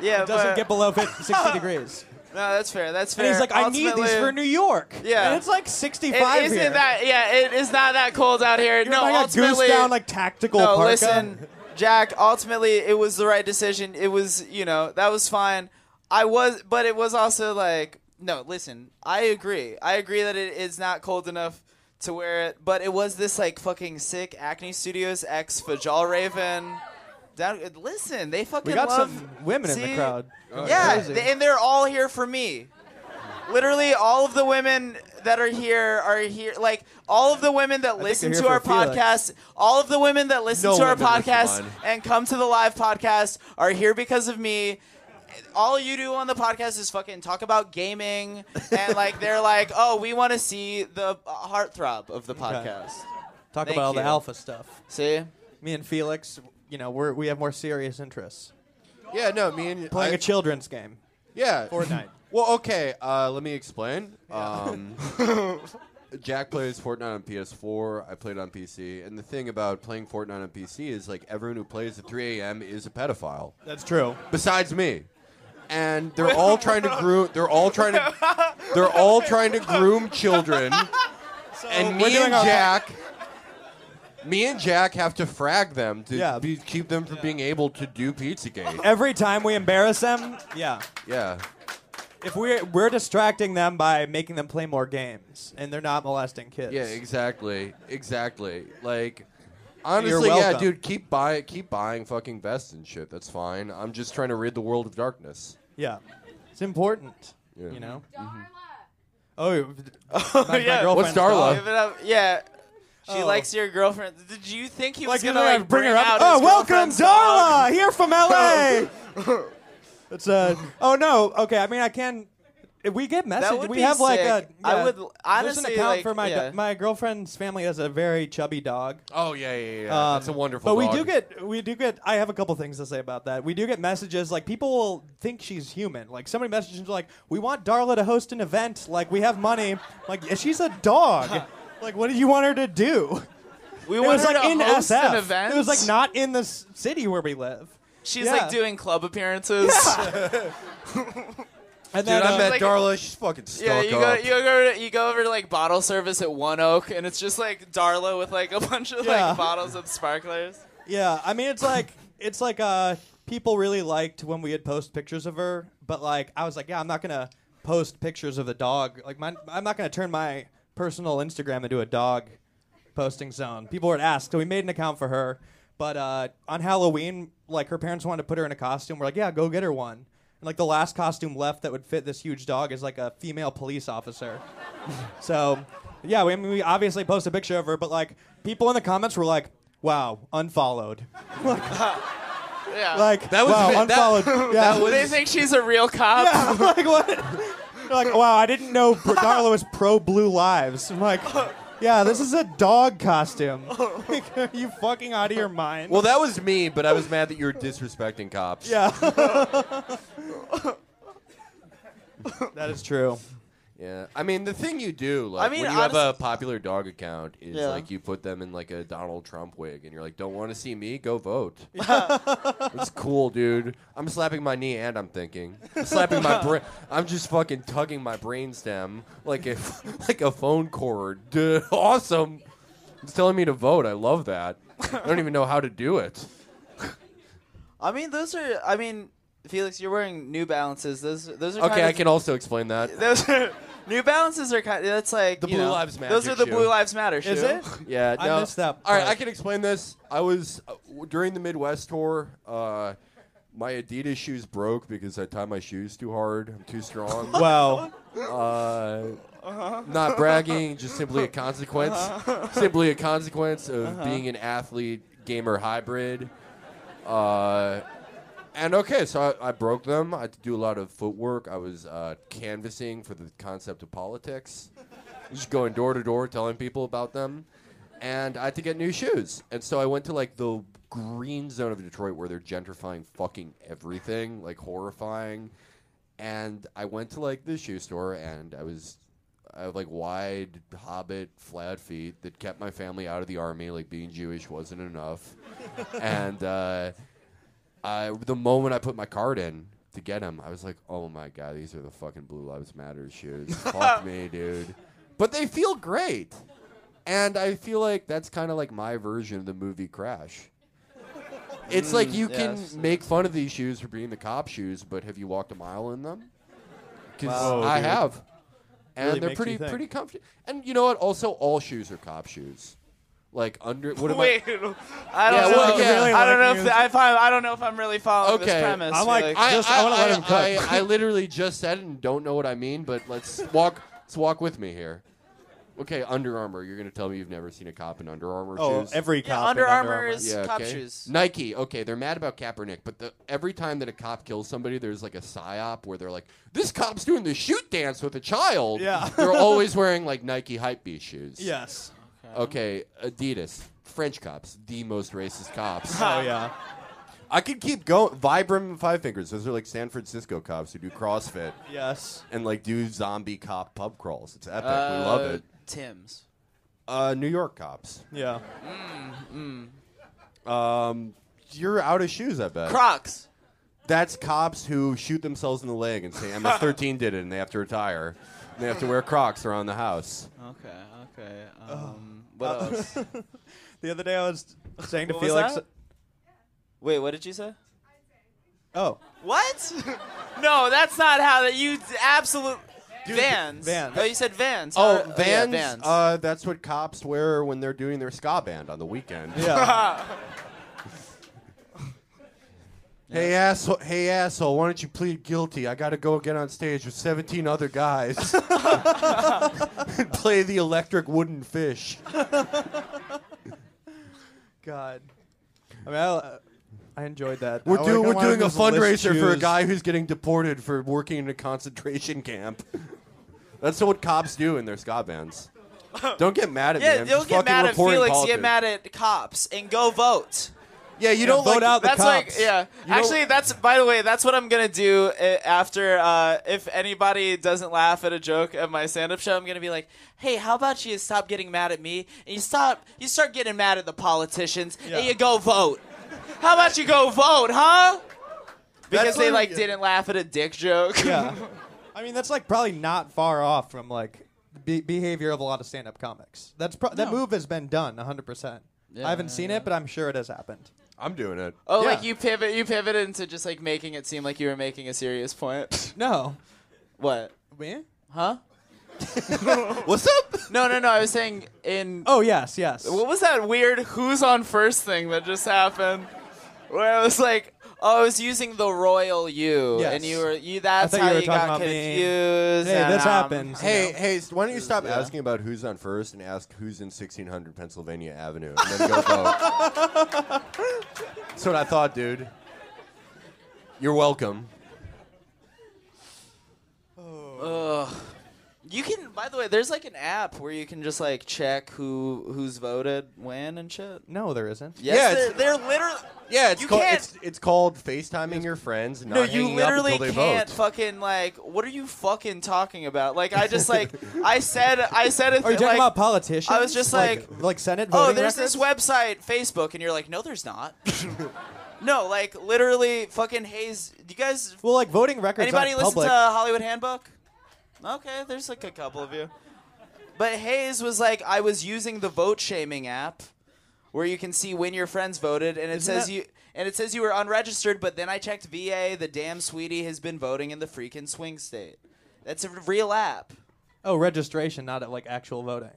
Speaker 1: yeah,
Speaker 2: doesn't
Speaker 1: but-
Speaker 2: get below 50, 60 degrees.
Speaker 1: No, that's fair. That's fair.
Speaker 2: And he's like, I need these
Speaker 1: Ultimately-
Speaker 2: for New York.
Speaker 1: Yeah.
Speaker 2: and it's like
Speaker 1: It
Speaker 2: 65
Speaker 1: isn't
Speaker 2: here.
Speaker 1: that. Yeah, it is not that cold out here.
Speaker 2: You're
Speaker 1: no,
Speaker 2: like a goose
Speaker 1: ultimately,
Speaker 2: down like tactical
Speaker 1: no.
Speaker 2: parka.
Speaker 1: Listen, Jack. Ultimately, it was the right decision. It was, you know, that was fine. I was, but it was also like, no. Listen, I agree. I agree that it is not cold enough to wear it, but it was this like fucking sick Acne Studios X Fajal Raven. Down, listen, they fucking
Speaker 2: we got
Speaker 1: love
Speaker 2: some women in the
Speaker 1: See?
Speaker 2: crowd.
Speaker 1: Yeah,
Speaker 2: Crazy.
Speaker 1: th- and they're all here for me. Literally, all of the women that are here are here. Like all of the women that listen
Speaker 2: they're
Speaker 1: to
Speaker 2: here
Speaker 1: our
Speaker 2: for Felix.
Speaker 1: podcast, all of the women that listen
Speaker 5: No
Speaker 1: to our
Speaker 5: women listen
Speaker 1: podcast
Speaker 5: on.
Speaker 1: and come to the live podcast are here because of me. All you do on the podcast is fucking talk about gaming, and like they're like, oh, we want to see the uh, heartthrob of the podcast.
Speaker 2: Talk
Speaker 1: Thank
Speaker 2: about all the
Speaker 1: you.
Speaker 2: alpha stuff.
Speaker 1: See,
Speaker 2: Me and Felix, you know, we're, we have more serious interests.
Speaker 5: Yeah, no, me and
Speaker 2: Playing
Speaker 5: I-
Speaker 2: a children's game,
Speaker 5: Yeah.
Speaker 2: Fortnite.
Speaker 5: Well, okay. Uh, let me explain.
Speaker 4: Um, Jack plays Fortnite on PS4. I played on PC. And the thing about playing Fortnite on PC is like everyone who plays at 3 a.m. is a pedophile,
Speaker 2: That's true.
Speaker 4: besides me. And they're all trying to groom. They're all trying to. They're all trying to groom children. and
Speaker 2: we're
Speaker 4: me
Speaker 2: doing
Speaker 4: and
Speaker 2: our-
Speaker 4: Jack. Me and Jack have to frag them to
Speaker 2: Yeah.
Speaker 4: be, keep them from being able to do Pizzagate.
Speaker 2: Every time we embarrass them, yeah.
Speaker 4: Yeah.
Speaker 2: If we're we're distracting them by making them play more games, and they're not molesting kids.
Speaker 4: Yeah, exactly, exactly. Like, honestly, yeah,
Speaker 2: welcome.
Speaker 4: dude, keep buy, keep buying fucking vests and shit. That's fine. I'm just trying to rid the world of darkness.
Speaker 2: yeah. It's important.
Speaker 4: Yeah.
Speaker 2: You know.
Speaker 3: Darla.
Speaker 2: Oh, my,
Speaker 1: yeah.
Speaker 4: What's
Speaker 2: girlfriend's
Speaker 4: Darla?
Speaker 1: give it up. Yeah, she
Speaker 2: Oh.
Speaker 1: likes your girlfriend. Did you think he was
Speaker 2: Like,
Speaker 1: gonna like
Speaker 2: bring her up.
Speaker 1: out
Speaker 2: Oh,
Speaker 1: his
Speaker 2: welcome,
Speaker 1: girlfriend's Oh. dog?
Speaker 2: Darla, here from L.A. it's uh, oh no, okay. I mean, I can. If we get message.
Speaker 1: would
Speaker 2: we
Speaker 1: be
Speaker 2: have like a.
Speaker 1: sick. I
Speaker 2: yeah,
Speaker 1: would-
Speaker 2: there's an
Speaker 1: honestly,
Speaker 2: account
Speaker 1: like,
Speaker 2: for my do-
Speaker 1: yeah.
Speaker 2: my girlfriend's family has a very chubby dog.
Speaker 4: Oh yeah, yeah, yeah.
Speaker 2: Um,
Speaker 4: That's a wonderful.
Speaker 2: But
Speaker 4: dog.
Speaker 2: we do get we do get. I have a couple things to say about that. We do get messages like people will think she's human. Like somebody messages like, "We want Darla to host an event. Like we have money. Like yeah, she's a dog. like what do you want her to do?
Speaker 1: We
Speaker 2: It was
Speaker 1: wanted
Speaker 2: like
Speaker 1: to
Speaker 2: in
Speaker 1: host
Speaker 2: SF.
Speaker 1: an event.
Speaker 2: It was like not in the s- city where we live.
Speaker 1: She's
Speaker 2: yeah.
Speaker 1: like doing club appearances.
Speaker 2: And
Speaker 5: Dude,
Speaker 2: then
Speaker 5: I
Speaker 2: uh,
Speaker 5: met
Speaker 1: like-
Speaker 5: Darla. She's fucking stuck
Speaker 1: Yeah, you go,
Speaker 5: up.
Speaker 1: you go over to, you go over to like bottle service at One Oak, and it's just like Darla with like a bunch of
Speaker 2: Yeah.
Speaker 1: like bottles of sparklers.
Speaker 2: yeah. I mean, it's like it's like uh, people really liked when we had post pictures of her. But like I was like, yeah, I'm not gonna post pictures of the dog. Like my, I'm not gonna turn my personal Instagram into a dog posting zone. People were asked, so we made an account for her. But uh, on Halloween, like her parents wanted to put her in a costume. We're like, yeah, go get her one. And like the last costume left that would fit this huge dog is like a female police officer. So, yeah, we, I mean, we obviously posted a picture of her, but like people in the comments were like, "Wow, unfollowed."
Speaker 1: Yeah.
Speaker 2: Like
Speaker 3: That was
Speaker 2: wow,
Speaker 3: a bit- that-
Speaker 2: unfollowed. yeah,
Speaker 3: that was-
Speaker 1: they think she's a real cop.
Speaker 2: I'm like what? They're like wow, I didn't know Br- Darla was pro blue lives. I'm like, yeah, this is a dog costume. Like, are you fucking out of your mind?
Speaker 3: Well, that was me, but I was mad that you were disrespecting cops.
Speaker 2: yeah. that is true.
Speaker 3: Yeah. I mean, the thing you do, like,
Speaker 1: I mean,
Speaker 3: when you have a
Speaker 1: honest-
Speaker 3: popular dog account, is
Speaker 1: Yeah.
Speaker 3: like you put them in like a Donald Trump wig, and you're like, "Don't want to see me? Go vote." it's cool, dude. I'm slapping my knee and I'm thinking, I'm slapping my brain. I'm just fucking tugging my brainstem like a like a phone cord. Dude, awesome. It's telling me to vote. I love that. I don't even know how to do it.
Speaker 1: I mean, those are. I mean, Felix, you're wearing New Balances. Those those are.
Speaker 3: Okay,
Speaker 1: kind
Speaker 3: I
Speaker 1: of,
Speaker 3: can also explain that.
Speaker 1: Those are, New Balances are kind. That's like
Speaker 3: The
Speaker 1: you
Speaker 3: Blue
Speaker 1: know,
Speaker 3: Lives Matter
Speaker 1: Those are the
Speaker 3: shoe.
Speaker 1: Blue Lives Matter. Shoe.
Speaker 2: Is it?
Speaker 3: Yeah,
Speaker 2: I
Speaker 3: no.
Speaker 2: missed that
Speaker 3: All right,
Speaker 2: part.
Speaker 3: I can explain this. I was uh, w- during the Midwest tour. Uh, my Adidas shoes broke because I tie my shoes too hard. I'm too strong.
Speaker 2: Wow.
Speaker 3: Uh, Not bragging, just simply a consequence. Simply a consequence of being an athlete gamer hybrid. Uh, and okay, so I, I broke them. I had to do a lot of footwork. I was uh, canvassing for the concept of politics, just going door to door telling people about them. And I had to get new shoes. And so I went to like the green zone of Detroit where they're gentrifying fucking everything, like horrifying. And I went to like the shoe store and I was. I have like wide hobbit flat feet that kept my family out of the army. Like being Jewish wasn't enough, and uh, I, the moment I put my card in to get him, I was like, "Oh my god, these are the fucking Blue Lives Matter shoes." Fuck me, dude. But they feel great, and I feel like that's kind of like my version of the movie Crash. It's like you
Speaker 1: Mm, yes.
Speaker 3: can make fun of these shoes for being the cop shoes, but have you walked a mile in them? 'Cause
Speaker 2: Wow,
Speaker 3: I
Speaker 2: dude.
Speaker 3: have, and
Speaker 2: Really
Speaker 3: they're
Speaker 2: makes you
Speaker 3: pretty
Speaker 2: think.
Speaker 3: pretty comfy. And you know what? Also, all shoes are cop shoes. Like under what am I-
Speaker 1: Wait, I don't know.
Speaker 3: well, yeah. Really
Speaker 1: I don't know
Speaker 2: liking
Speaker 1: if
Speaker 2: you.
Speaker 1: I, if I, I don't know if I'm really following
Speaker 3: Okay.
Speaker 1: this premise.
Speaker 2: I'm like,
Speaker 1: Felix.
Speaker 2: I- Just- wanna let
Speaker 3: I-
Speaker 2: him cook.
Speaker 3: I, I literally just said it and don't know what I mean, but let's walk. Let's walk with me here. Okay, Under Armour. You're gonna tell me you've never seen a cop in Under Armour
Speaker 2: Oh,
Speaker 3: shoes?
Speaker 2: every cop.
Speaker 1: yeah,
Speaker 2: in
Speaker 1: Under Armour
Speaker 2: Armour.
Speaker 1: is cop
Speaker 3: okay.
Speaker 1: shoes.
Speaker 3: Nike. Okay, they're mad about Kaepernick, but the, every time that a cop kills somebody, there's like a psyop where they're like, "This cop's doing the shoot dance with a child."
Speaker 2: Yeah.
Speaker 3: they're always wearing like Nike hypebeast shoes.
Speaker 2: Yes.
Speaker 3: Okay, Adidas. French cops, the most racist cops.
Speaker 2: Oh yeah.
Speaker 3: I could keep going. Vibram and Five Fingers. Those are like San Francisco cops who do CrossFit
Speaker 2: Yes.
Speaker 3: and like do zombie cop pub crawls. It's epic.
Speaker 1: Uh,
Speaker 3: we love it.
Speaker 1: Tim's.
Speaker 3: Uh, New York cops.
Speaker 2: Yeah.
Speaker 3: Um, you're out of shoes, I bet.
Speaker 1: Crocs.
Speaker 3: That's cops who shoot themselves in the leg and say MS-13 did it, and they have to retire. And they have to wear Crocs around the house.
Speaker 1: Okay. Okay. Um, what else?
Speaker 2: The other day I was saying to
Speaker 1: What was
Speaker 2: Felix.
Speaker 1: that? Wait, what did you say?
Speaker 2: Oh,
Speaker 1: What? no, that's not how that you absolute Vans.
Speaker 2: Vans.
Speaker 1: Oh, you said Vans.
Speaker 3: Oh,
Speaker 1: How- yeah,
Speaker 3: Vans. Uh, that's what cops wear when they're doing their ska band on the weekend.
Speaker 2: yeah.
Speaker 3: Hey asshole! Hey asshole! Why don't you plead guilty? I gotta go get on stage with 17 other guys and play the electric wooden fish.
Speaker 2: God. I mean, I, uh, I enjoyed that.
Speaker 3: We're,
Speaker 2: I
Speaker 3: do,
Speaker 2: wanna- I
Speaker 3: we're
Speaker 2: wanna
Speaker 3: doing a
Speaker 2: just list
Speaker 3: fundraiser for a
Speaker 2: shoes.
Speaker 3: guy who's getting deported for working in a concentration camp. That's what cops do in their ska bands. Don't get mad at
Speaker 1: Yeah,
Speaker 3: me. I'm
Speaker 1: don't
Speaker 3: just
Speaker 1: get
Speaker 3: fucking
Speaker 1: mad at
Speaker 3: reporting
Speaker 1: Felix. Get
Speaker 3: politics.
Speaker 1: mad at cops and go vote.
Speaker 3: Yeah, you don't
Speaker 2: vote
Speaker 3: like
Speaker 2: out the
Speaker 1: that's like
Speaker 2: cops.
Speaker 1: yeah.
Speaker 3: You
Speaker 1: Actually,
Speaker 3: don't-
Speaker 1: that's by the way, that's what I'm gonna do uh, after. Uh, if anybody doesn't laugh at a joke at my stand-up show, I'm gonna be like, "Hey, how about you stop getting mad at me and you stop you start getting mad at the politicians
Speaker 2: Yeah.
Speaker 1: and you go vote. How about you go vote, huh? Because
Speaker 3: That's
Speaker 1: they
Speaker 3: what-
Speaker 1: like didn't laugh at a dick joke.
Speaker 2: Yeah. I mean, that's like probably not far off from like be- behavior of a lot of stand-up comics. That's pro- that move has been done 100%. I haven't seen it, but I'm sure it has happened.
Speaker 3: I'm doing it.
Speaker 1: Oh,
Speaker 2: Yeah.
Speaker 1: like you pivot, you pivoted into just like making it seem like you were making a serious point.
Speaker 2: No.
Speaker 1: what?
Speaker 2: Me?
Speaker 1: Huh?
Speaker 3: What's up?
Speaker 1: No, no, no. I was saying in
Speaker 2: Oh yes, yes.
Speaker 1: What was that weird who's on first thing that just happened? Where I was like, oh, I was using the royal you,
Speaker 2: Yes.
Speaker 1: and you were you. That's
Speaker 2: thought you
Speaker 1: how
Speaker 2: were
Speaker 1: you,
Speaker 2: talking
Speaker 1: got
Speaker 2: about me.
Speaker 1: confused.
Speaker 2: Hey,
Speaker 1: and,
Speaker 2: this
Speaker 1: um,
Speaker 2: happens.
Speaker 3: Hey, hey, s- why don't you stop asking about who's on first and ask who's in 1600 Pennsylvania Avenue and then go vote? That's what I thought, dude. You're welcome.
Speaker 1: You can. By the way, there's like an app where you can just like check who who's voted when and shit.
Speaker 2: No, there isn't.
Speaker 1: Yes,
Speaker 3: Yeah,
Speaker 1: they're, they're literally.
Speaker 3: Yeah, it's
Speaker 1: You
Speaker 3: called
Speaker 1: can't-
Speaker 3: it's, it's called FaceTiming your friends. and
Speaker 1: No,
Speaker 3: not
Speaker 1: you
Speaker 3: hanging
Speaker 1: literally
Speaker 3: up until they
Speaker 1: can't
Speaker 3: vote.
Speaker 1: fucking like. What are you fucking talking about? Like, I just like I said I said it
Speaker 2: Are you talking
Speaker 1: like,
Speaker 2: about politicians?
Speaker 1: I was just
Speaker 2: like, Senate
Speaker 1: Oh,
Speaker 2: voting
Speaker 1: there's this
Speaker 2: records?
Speaker 1: website, Facebook, and you're like, no, there's not. no, like literally, fucking Hayes. You guys,
Speaker 2: Well, like voting records.
Speaker 1: anybody
Speaker 2: aren't
Speaker 1: listen
Speaker 2: public.
Speaker 1: to uh, Hollywood Handbook? Okay, there's like a couple of you. But Hayes was like, I was using the vote shaming app, where you can see when your friends voted, and it says
Speaker 2: that-
Speaker 1: you. And it says you were unregistered, but then I checked VA. The damn sweetie has been voting in the freaking swing state. That's a real app.
Speaker 2: Oh, registration, not at like actual voting.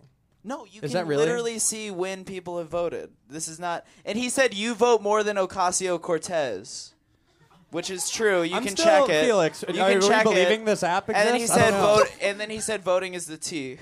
Speaker 1: No, you
Speaker 2: Is
Speaker 1: can
Speaker 2: that really?
Speaker 1: literally see when people have voted. This is not. And he said you vote more than Ocasio Cortez, which is true. You
Speaker 2: I'm
Speaker 1: can
Speaker 2: still
Speaker 1: check it.
Speaker 2: Felix.
Speaker 1: you
Speaker 2: are,
Speaker 1: can
Speaker 2: we
Speaker 1: check
Speaker 2: believing
Speaker 1: it.
Speaker 2: this app
Speaker 1: And then he
Speaker 2: exists? I
Speaker 1: said
Speaker 2: don't know.
Speaker 1: vote. And then he said voting is the T.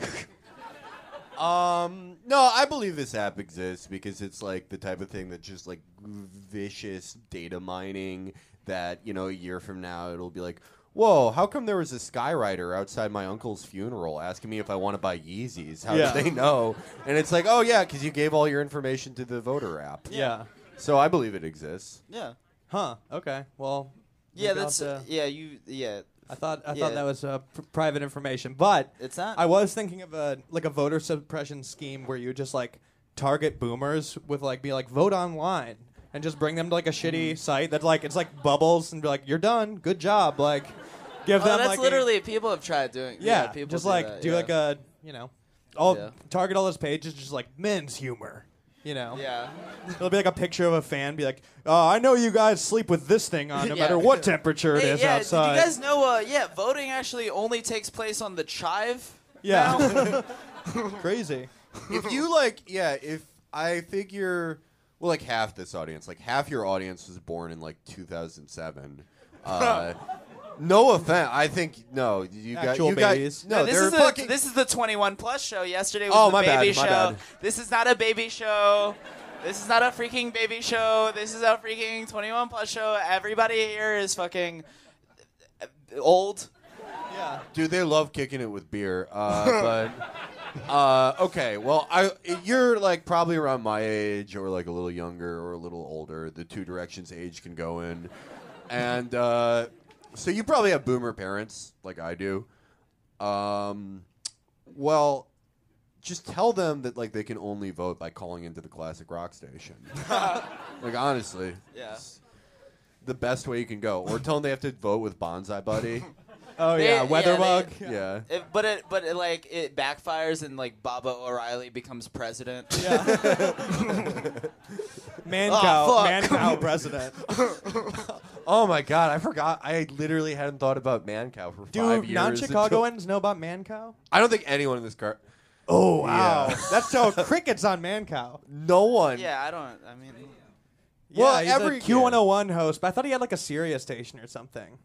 Speaker 3: Um, no, I believe this app exists because it's like the type of thing that just like vicious data mining that, you know, a year from now it'll be like, whoa, how come there was a skywriter outside my uncle's funeral asking me if I want to buy Yeezys? How
Speaker 2: Yeah.
Speaker 3: did they know? And it's like, oh, yeah, because you gave all your information to the voter app.
Speaker 2: Yeah.
Speaker 3: So I believe it exists.
Speaker 1: yeah.
Speaker 2: Huh. Okay. Well. maybe
Speaker 1: Yeah,
Speaker 2: I'll
Speaker 1: that's
Speaker 2: have to-
Speaker 1: yeah. You yeah.
Speaker 2: I thought I
Speaker 1: yeah.
Speaker 2: thought that was uh, pr- private information, but
Speaker 1: It's not.
Speaker 2: I was thinking of a like a voter suppression scheme where you just like target boomers with like be like vote online and just bring them to like a
Speaker 1: Mm.
Speaker 2: shitty site that like it's like bubbles and be like you're done, good job, like give
Speaker 1: Oh,
Speaker 2: them
Speaker 1: that's
Speaker 2: like a-
Speaker 1: literally people have tried doing.
Speaker 2: yeah,
Speaker 1: people
Speaker 2: just
Speaker 1: do
Speaker 2: like
Speaker 1: that,
Speaker 2: do
Speaker 1: yeah.
Speaker 2: like a you know all
Speaker 1: Yeah.
Speaker 2: target all those pages just like men's humor, you know
Speaker 1: yeah.
Speaker 2: it'll be like a picture of a fan be like oh I know you guys sleep with this thing on no
Speaker 1: Yeah.
Speaker 2: matter what temperature it
Speaker 1: Hey,
Speaker 2: is
Speaker 1: yeah,
Speaker 2: outside
Speaker 1: Did you guys know? Uh, yeah, voting actually only takes place on the chive.
Speaker 2: yeah crazy.
Speaker 3: if you like, yeah, if I figure, well, like half this audience, like half your audience was born in like 2007. Uh, no offense, I think no, you got
Speaker 2: Actual
Speaker 3: you got-
Speaker 2: babies.
Speaker 3: no,
Speaker 1: No, this
Speaker 3: Oh, they're
Speaker 1: is the
Speaker 3: fucking.
Speaker 1: this is the 21 plus show. Yesterday was
Speaker 3: Oh,
Speaker 1: the
Speaker 3: my bad,
Speaker 1: baby
Speaker 3: my
Speaker 1: show.
Speaker 3: bad.
Speaker 1: This is not a baby show. This is not a freaking baby show. This is a freaking 21 plus show. Everybody here is fucking old.
Speaker 2: Yeah.
Speaker 3: Dude, they love kicking it with beer. Uh, but uh, okay, well, I you're like probably around my age, or like a little younger, or a little older. The two directions age can go in, and uh, so you probably have boomer parents like I do. Um, well, just tell them that like they can only vote by calling into the classic rock station. like honestly,
Speaker 1: Yeah.
Speaker 3: it's the best way you can go, or tell them they have to vote with Bonsai Buddy.
Speaker 2: Oh
Speaker 1: They-
Speaker 2: yeah, weather
Speaker 1: yeah,
Speaker 2: bug.
Speaker 1: they-
Speaker 3: yeah.
Speaker 1: It, but it but it like it backfires and like Baba O'Reilly becomes president.
Speaker 2: Man
Speaker 1: Ah,
Speaker 2: cow,
Speaker 1: fuck.
Speaker 2: man cow president.
Speaker 3: Oh my god, I forgot. I literally hadn't thought about man cow for
Speaker 2: Do
Speaker 3: five years.
Speaker 2: non-Chicagoans know about man cow?
Speaker 3: I don't think anyone in this car.
Speaker 2: Oh
Speaker 3: wow.
Speaker 2: that's so crickets on man cow.
Speaker 3: No one.
Speaker 1: yeah, I don't. I mean,
Speaker 3: Well,
Speaker 2: yeah, he's
Speaker 3: every-
Speaker 2: a Q101 host, but I thought he had like a Sirius station or something.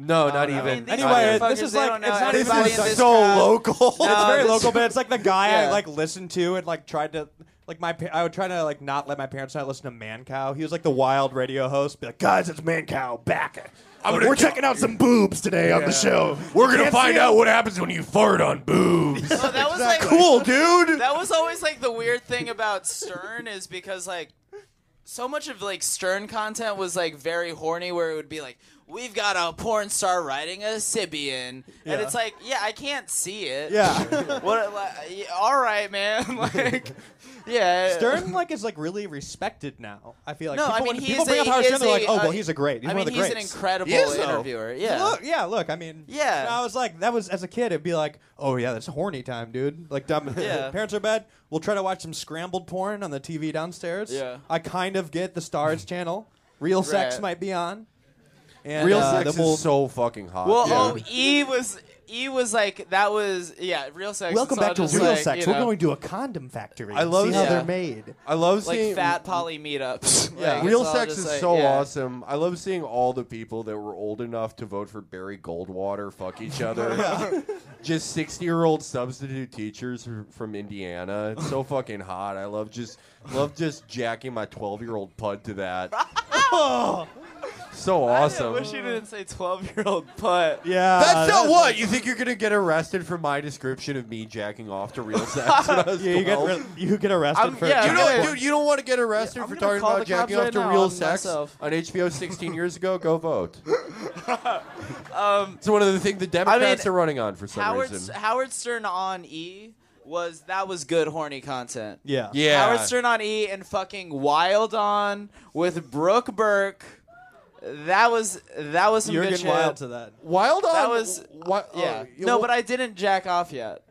Speaker 3: No, not
Speaker 1: I mean
Speaker 3: even.
Speaker 1: these
Speaker 2: Anyway, uh,
Speaker 1: motherfuckers,
Speaker 2: this is
Speaker 1: they
Speaker 2: like-
Speaker 1: don't
Speaker 2: it's
Speaker 1: know
Speaker 2: not
Speaker 3: this
Speaker 2: even-
Speaker 1: everybody
Speaker 3: is
Speaker 1: in this
Speaker 3: so
Speaker 1: crowd.
Speaker 3: local.
Speaker 2: it's
Speaker 1: No,
Speaker 2: very
Speaker 1: Uh, this-
Speaker 2: local, but it's like the guy I
Speaker 1: Yeah.
Speaker 2: like listened to and like tried to like my pa- I would try to like not let my parents not listen to man cow. He was like the wild radio host, be like, guys, it's man cow back. Like, we're checking out some boobs today on the show.
Speaker 6: We're gonna
Speaker 2: Can't
Speaker 6: find
Speaker 2: see 'em.
Speaker 6: out what happens when you fart on boobs.
Speaker 1: Oh, that was like
Speaker 3: cool, dude.
Speaker 1: that was always like the weird thing about Stern is because like so much of like Stern content was like very horny where it would be like we've got a porn star riding a Sibian and it's like yeah I can't see it
Speaker 2: Yeah.
Speaker 1: what like, yeah, all right man like yeah
Speaker 2: Stern like is like really respected now. I feel like
Speaker 1: No,
Speaker 2: people,
Speaker 1: I mean,
Speaker 2: when
Speaker 1: he
Speaker 2: people
Speaker 1: is
Speaker 2: bring
Speaker 1: a-
Speaker 2: up Howard
Speaker 1: he
Speaker 2: Stern,
Speaker 1: is
Speaker 2: they're like,
Speaker 1: a-
Speaker 2: "Oh, well,
Speaker 1: uh,
Speaker 2: he's a great. He's
Speaker 1: I
Speaker 2: one
Speaker 1: mean
Speaker 2: of the
Speaker 1: he's an
Speaker 2: greats."
Speaker 1: incredible
Speaker 3: He is, though.
Speaker 1: interviewer yeah
Speaker 2: Look, yeah, look. I mean,
Speaker 1: Yeah.
Speaker 2: I was like, that was as a kid. It'd be like, oh yeah, that's horny time, dude. Like, dumb,
Speaker 1: Yeah.
Speaker 2: parents are bad. We'll try to watch some scrambled porn on the TV downstairs.
Speaker 1: Yeah.
Speaker 2: I kind of get the Stars channel. Real sex
Speaker 1: Right.
Speaker 2: might be on. And,
Speaker 3: Real
Speaker 2: uh,
Speaker 3: sex
Speaker 2: then we'll-
Speaker 3: is so fucking hot.
Speaker 1: well
Speaker 3: dude.
Speaker 1: oh E was E was like that was yeah real sex.
Speaker 7: Welcome
Speaker 1: It's all
Speaker 7: back to
Speaker 1: just
Speaker 7: real
Speaker 1: like,
Speaker 7: sex.
Speaker 1: you
Speaker 7: We're
Speaker 1: know,
Speaker 7: going to a condom factory.
Speaker 8: I
Speaker 7: and
Speaker 8: love
Speaker 7: see
Speaker 1: yeah.
Speaker 7: how they're made.
Speaker 8: I love
Speaker 1: like
Speaker 8: seeing
Speaker 1: fat poly meetups. Like,
Speaker 8: Yeah,
Speaker 1: it's
Speaker 8: real
Speaker 1: all
Speaker 8: sex
Speaker 1: just
Speaker 8: is
Speaker 1: like-
Speaker 8: so
Speaker 1: yeah.
Speaker 8: awesome.
Speaker 3: I love seeing all the people that were old enough to vote for Barry Goldwater fuck each other. just 60 year old substitute teachers fr- from Indiana. It's so fucking hot. I love just love just jacking my 12 year old pud to that. so
Speaker 1: I
Speaker 3: awesome.
Speaker 1: wish you didn't say twelve year old putt.
Speaker 2: Yeah.
Speaker 3: That's
Speaker 2: uh,
Speaker 3: not what you think you're gonna get arrested for my description of me jacking off to real sex. when I was
Speaker 2: Yeah, you get
Speaker 3: 12?
Speaker 2: re- you get arrested
Speaker 1: I'm-
Speaker 2: for.
Speaker 1: yeah,
Speaker 3: You
Speaker 1: I'm
Speaker 2: jacking
Speaker 1: gonna-
Speaker 3: know,
Speaker 2: off.
Speaker 3: dude, you don't want to get arrested
Speaker 1: Yeah, I'm
Speaker 3: for
Speaker 1: gonna
Speaker 3: talking
Speaker 1: call
Speaker 3: about
Speaker 1: the cops
Speaker 3: jacking off
Speaker 1: right
Speaker 3: to
Speaker 1: now
Speaker 3: real
Speaker 1: on
Speaker 3: sex
Speaker 1: myself.
Speaker 3: on HBO 16 years ago. Go vote. Um, it's one of the things the Democrats are running on for some
Speaker 1: Howard
Speaker 3: reason.
Speaker 1: Howard Stern on E was that was good horny content.
Speaker 2: Yeah.
Speaker 3: Yeah,
Speaker 1: Howard Stern on E and fucking Wild on with Brooke Burke. That was that was some
Speaker 2: You're
Speaker 1: good
Speaker 2: getting
Speaker 1: shit.
Speaker 2: wild to that.
Speaker 3: Wild on.
Speaker 1: That was
Speaker 3: wi- oh,
Speaker 1: yeah.
Speaker 3: you-
Speaker 1: no, but I didn't jack off yet.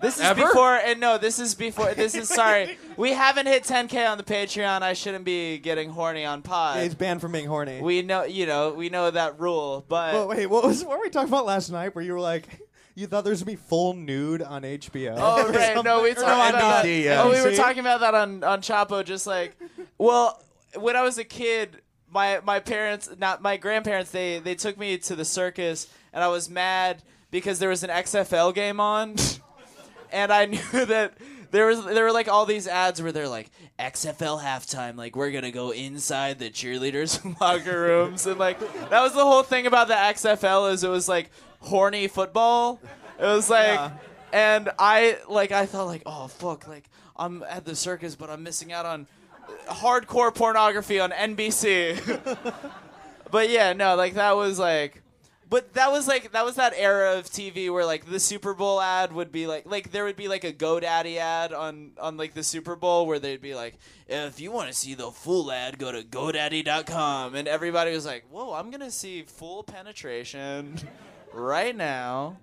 Speaker 1: This is
Speaker 3: Ever?
Speaker 1: before, and no, this is before. This is sorry. We haven't hit 10k on the Patreon. I shouldn't be getting horny on
Speaker 2: Yeah, he's
Speaker 1: pod.
Speaker 2: banned from being horny.
Speaker 1: We know, you know, we know that rule, but
Speaker 2: Well, Oh, wait, what was what were we talking about last night? Where you were like, you thought there was gonna be full nude on HBO?
Speaker 1: Oh
Speaker 2: or
Speaker 1: right, no, we
Speaker 2: something? Or
Speaker 1: talked about that.
Speaker 2: NBC,
Speaker 1: Oh, we were
Speaker 2: NBC.
Speaker 1: talking about that on on Chapo. Just like, well, when I was a kid, my my parents, not my grandparents, they they took me to the circus, and I was mad because there was an XFL game on, and I knew that. There was there were like all these ads where they're like XFL halftime, like we're gonna go inside the cheerleaders' locker rooms, and like that was the whole thing about the XFL is it was like horny football. It was like and I like I thought like oh fuck like I'm at the circus but I'm missing out on hardcore pornography on NBC. but yeah, no, like that was like but that was like that was that era of TV where like the Super Bowl ad would be like like there would be like a GoDaddy ad on on like the Super Bowl where they'd be like if you want to see the full ad go to godaddy.com and everybody was like whoa I'm going to see full penetration right now.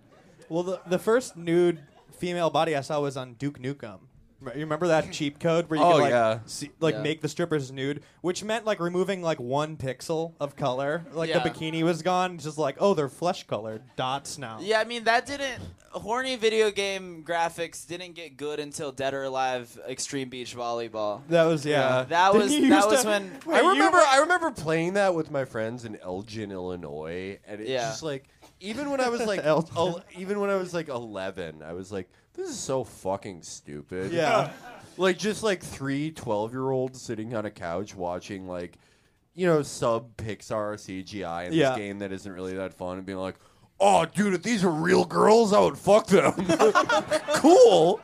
Speaker 2: Well, the, the first nude female body I saw was on Duke Nukem. Re- You remember that cheap code where you
Speaker 3: Oh,
Speaker 2: could like,
Speaker 3: yeah.
Speaker 2: see, like
Speaker 1: Yeah.
Speaker 2: make the strippers nude, which meant like removing like one pixel of color. Like
Speaker 1: Yeah.
Speaker 2: the bikini was gone, just like oh they're flesh colored dots now.
Speaker 1: Yeah, I mean that didn't horny video game graphics didn't get good until Dead or Alive Extreme Beach Volleyball.
Speaker 2: that was yeah.
Speaker 1: Yeah. That
Speaker 2: Didn't
Speaker 1: was-
Speaker 2: you
Speaker 1: that
Speaker 2: used
Speaker 1: was
Speaker 2: to-
Speaker 1: when-
Speaker 2: Wait,
Speaker 3: I
Speaker 2: you
Speaker 3: remember.
Speaker 2: were-
Speaker 3: I remember playing that with my friends in Elgin, Illinois, and it's
Speaker 1: Yeah.
Speaker 3: just like even when I was like
Speaker 2: Elgin.
Speaker 3: el- even when I was like 11, I was like, this is so fucking stupid.
Speaker 2: yeah.
Speaker 3: like just like three 12 year olds sitting on a couch watching like you know sub pixar cgi in
Speaker 2: Yeah.
Speaker 3: this game that isn't really that fun and being like oh dude if these were real girls i would fuck them cool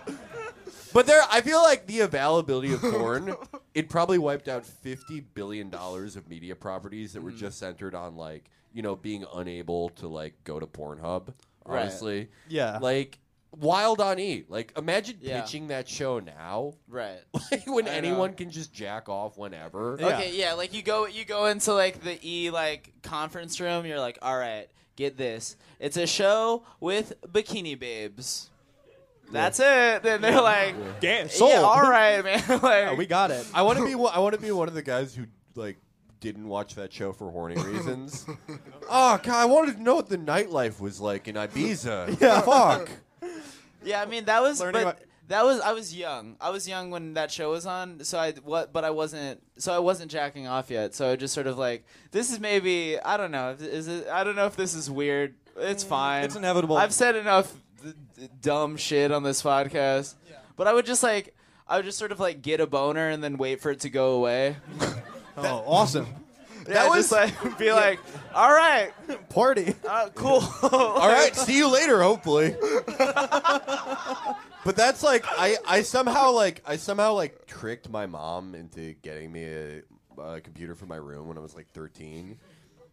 Speaker 3: but there i feel like the availability of porn it probably wiped out 50 billion dollars of media properties
Speaker 1: Mm.
Speaker 3: that were just centered on like you know being unable to like go to pornhub
Speaker 1: Right.
Speaker 3: honestly
Speaker 2: Yeah.
Speaker 3: like wild on e like imagine
Speaker 1: Yeah.
Speaker 3: pitching that show now
Speaker 1: Right.
Speaker 3: like when
Speaker 1: I know.
Speaker 3: anyone can just jack off whenever.
Speaker 2: Yeah.
Speaker 1: Okay, yeah, like you go you go into like the E like conference room, you're like, "All right, get this. It's a show with bikini babes." That's it. And they're like,
Speaker 2: Damn, sold.
Speaker 1: "Yeah, all right, man." like
Speaker 2: Yeah, we got it.
Speaker 3: I want to be.
Speaker 8: I want to be one of the guys who like
Speaker 3: Didn't watch that show for horny reasons. oh god, I wanted to know what the nightlife was like in Ibiza.
Speaker 2: Yeah.
Speaker 3: fuck.
Speaker 1: Yeah, I mean that was
Speaker 2: Learning
Speaker 1: but
Speaker 2: about-
Speaker 1: that was I was young. I was young when that show was on, so I what but I wasn't so I wasn't jacking off yet. So I just sort of like this is maybe I don't know if- is it I don't know if this is weird.
Speaker 2: Mm,
Speaker 1: It's fine.
Speaker 2: it's inevitable.
Speaker 1: I've said enough d- d- dumb shit on this podcast. But I would just like I would just sort of like get a boner and then wait for it to go away.
Speaker 2: oh, awesome.
Speaker 1: that was
Speaker 3: was-
Speaker 1: like be like, all right,
Speaker 2: Party.
Speaker 1: uh, cool.
Speaker 3: All right, see you later. Hopefully. but that's like I, I somehow like I somehow like tricked my mom into getting me a, a computer for my room when I was like 13,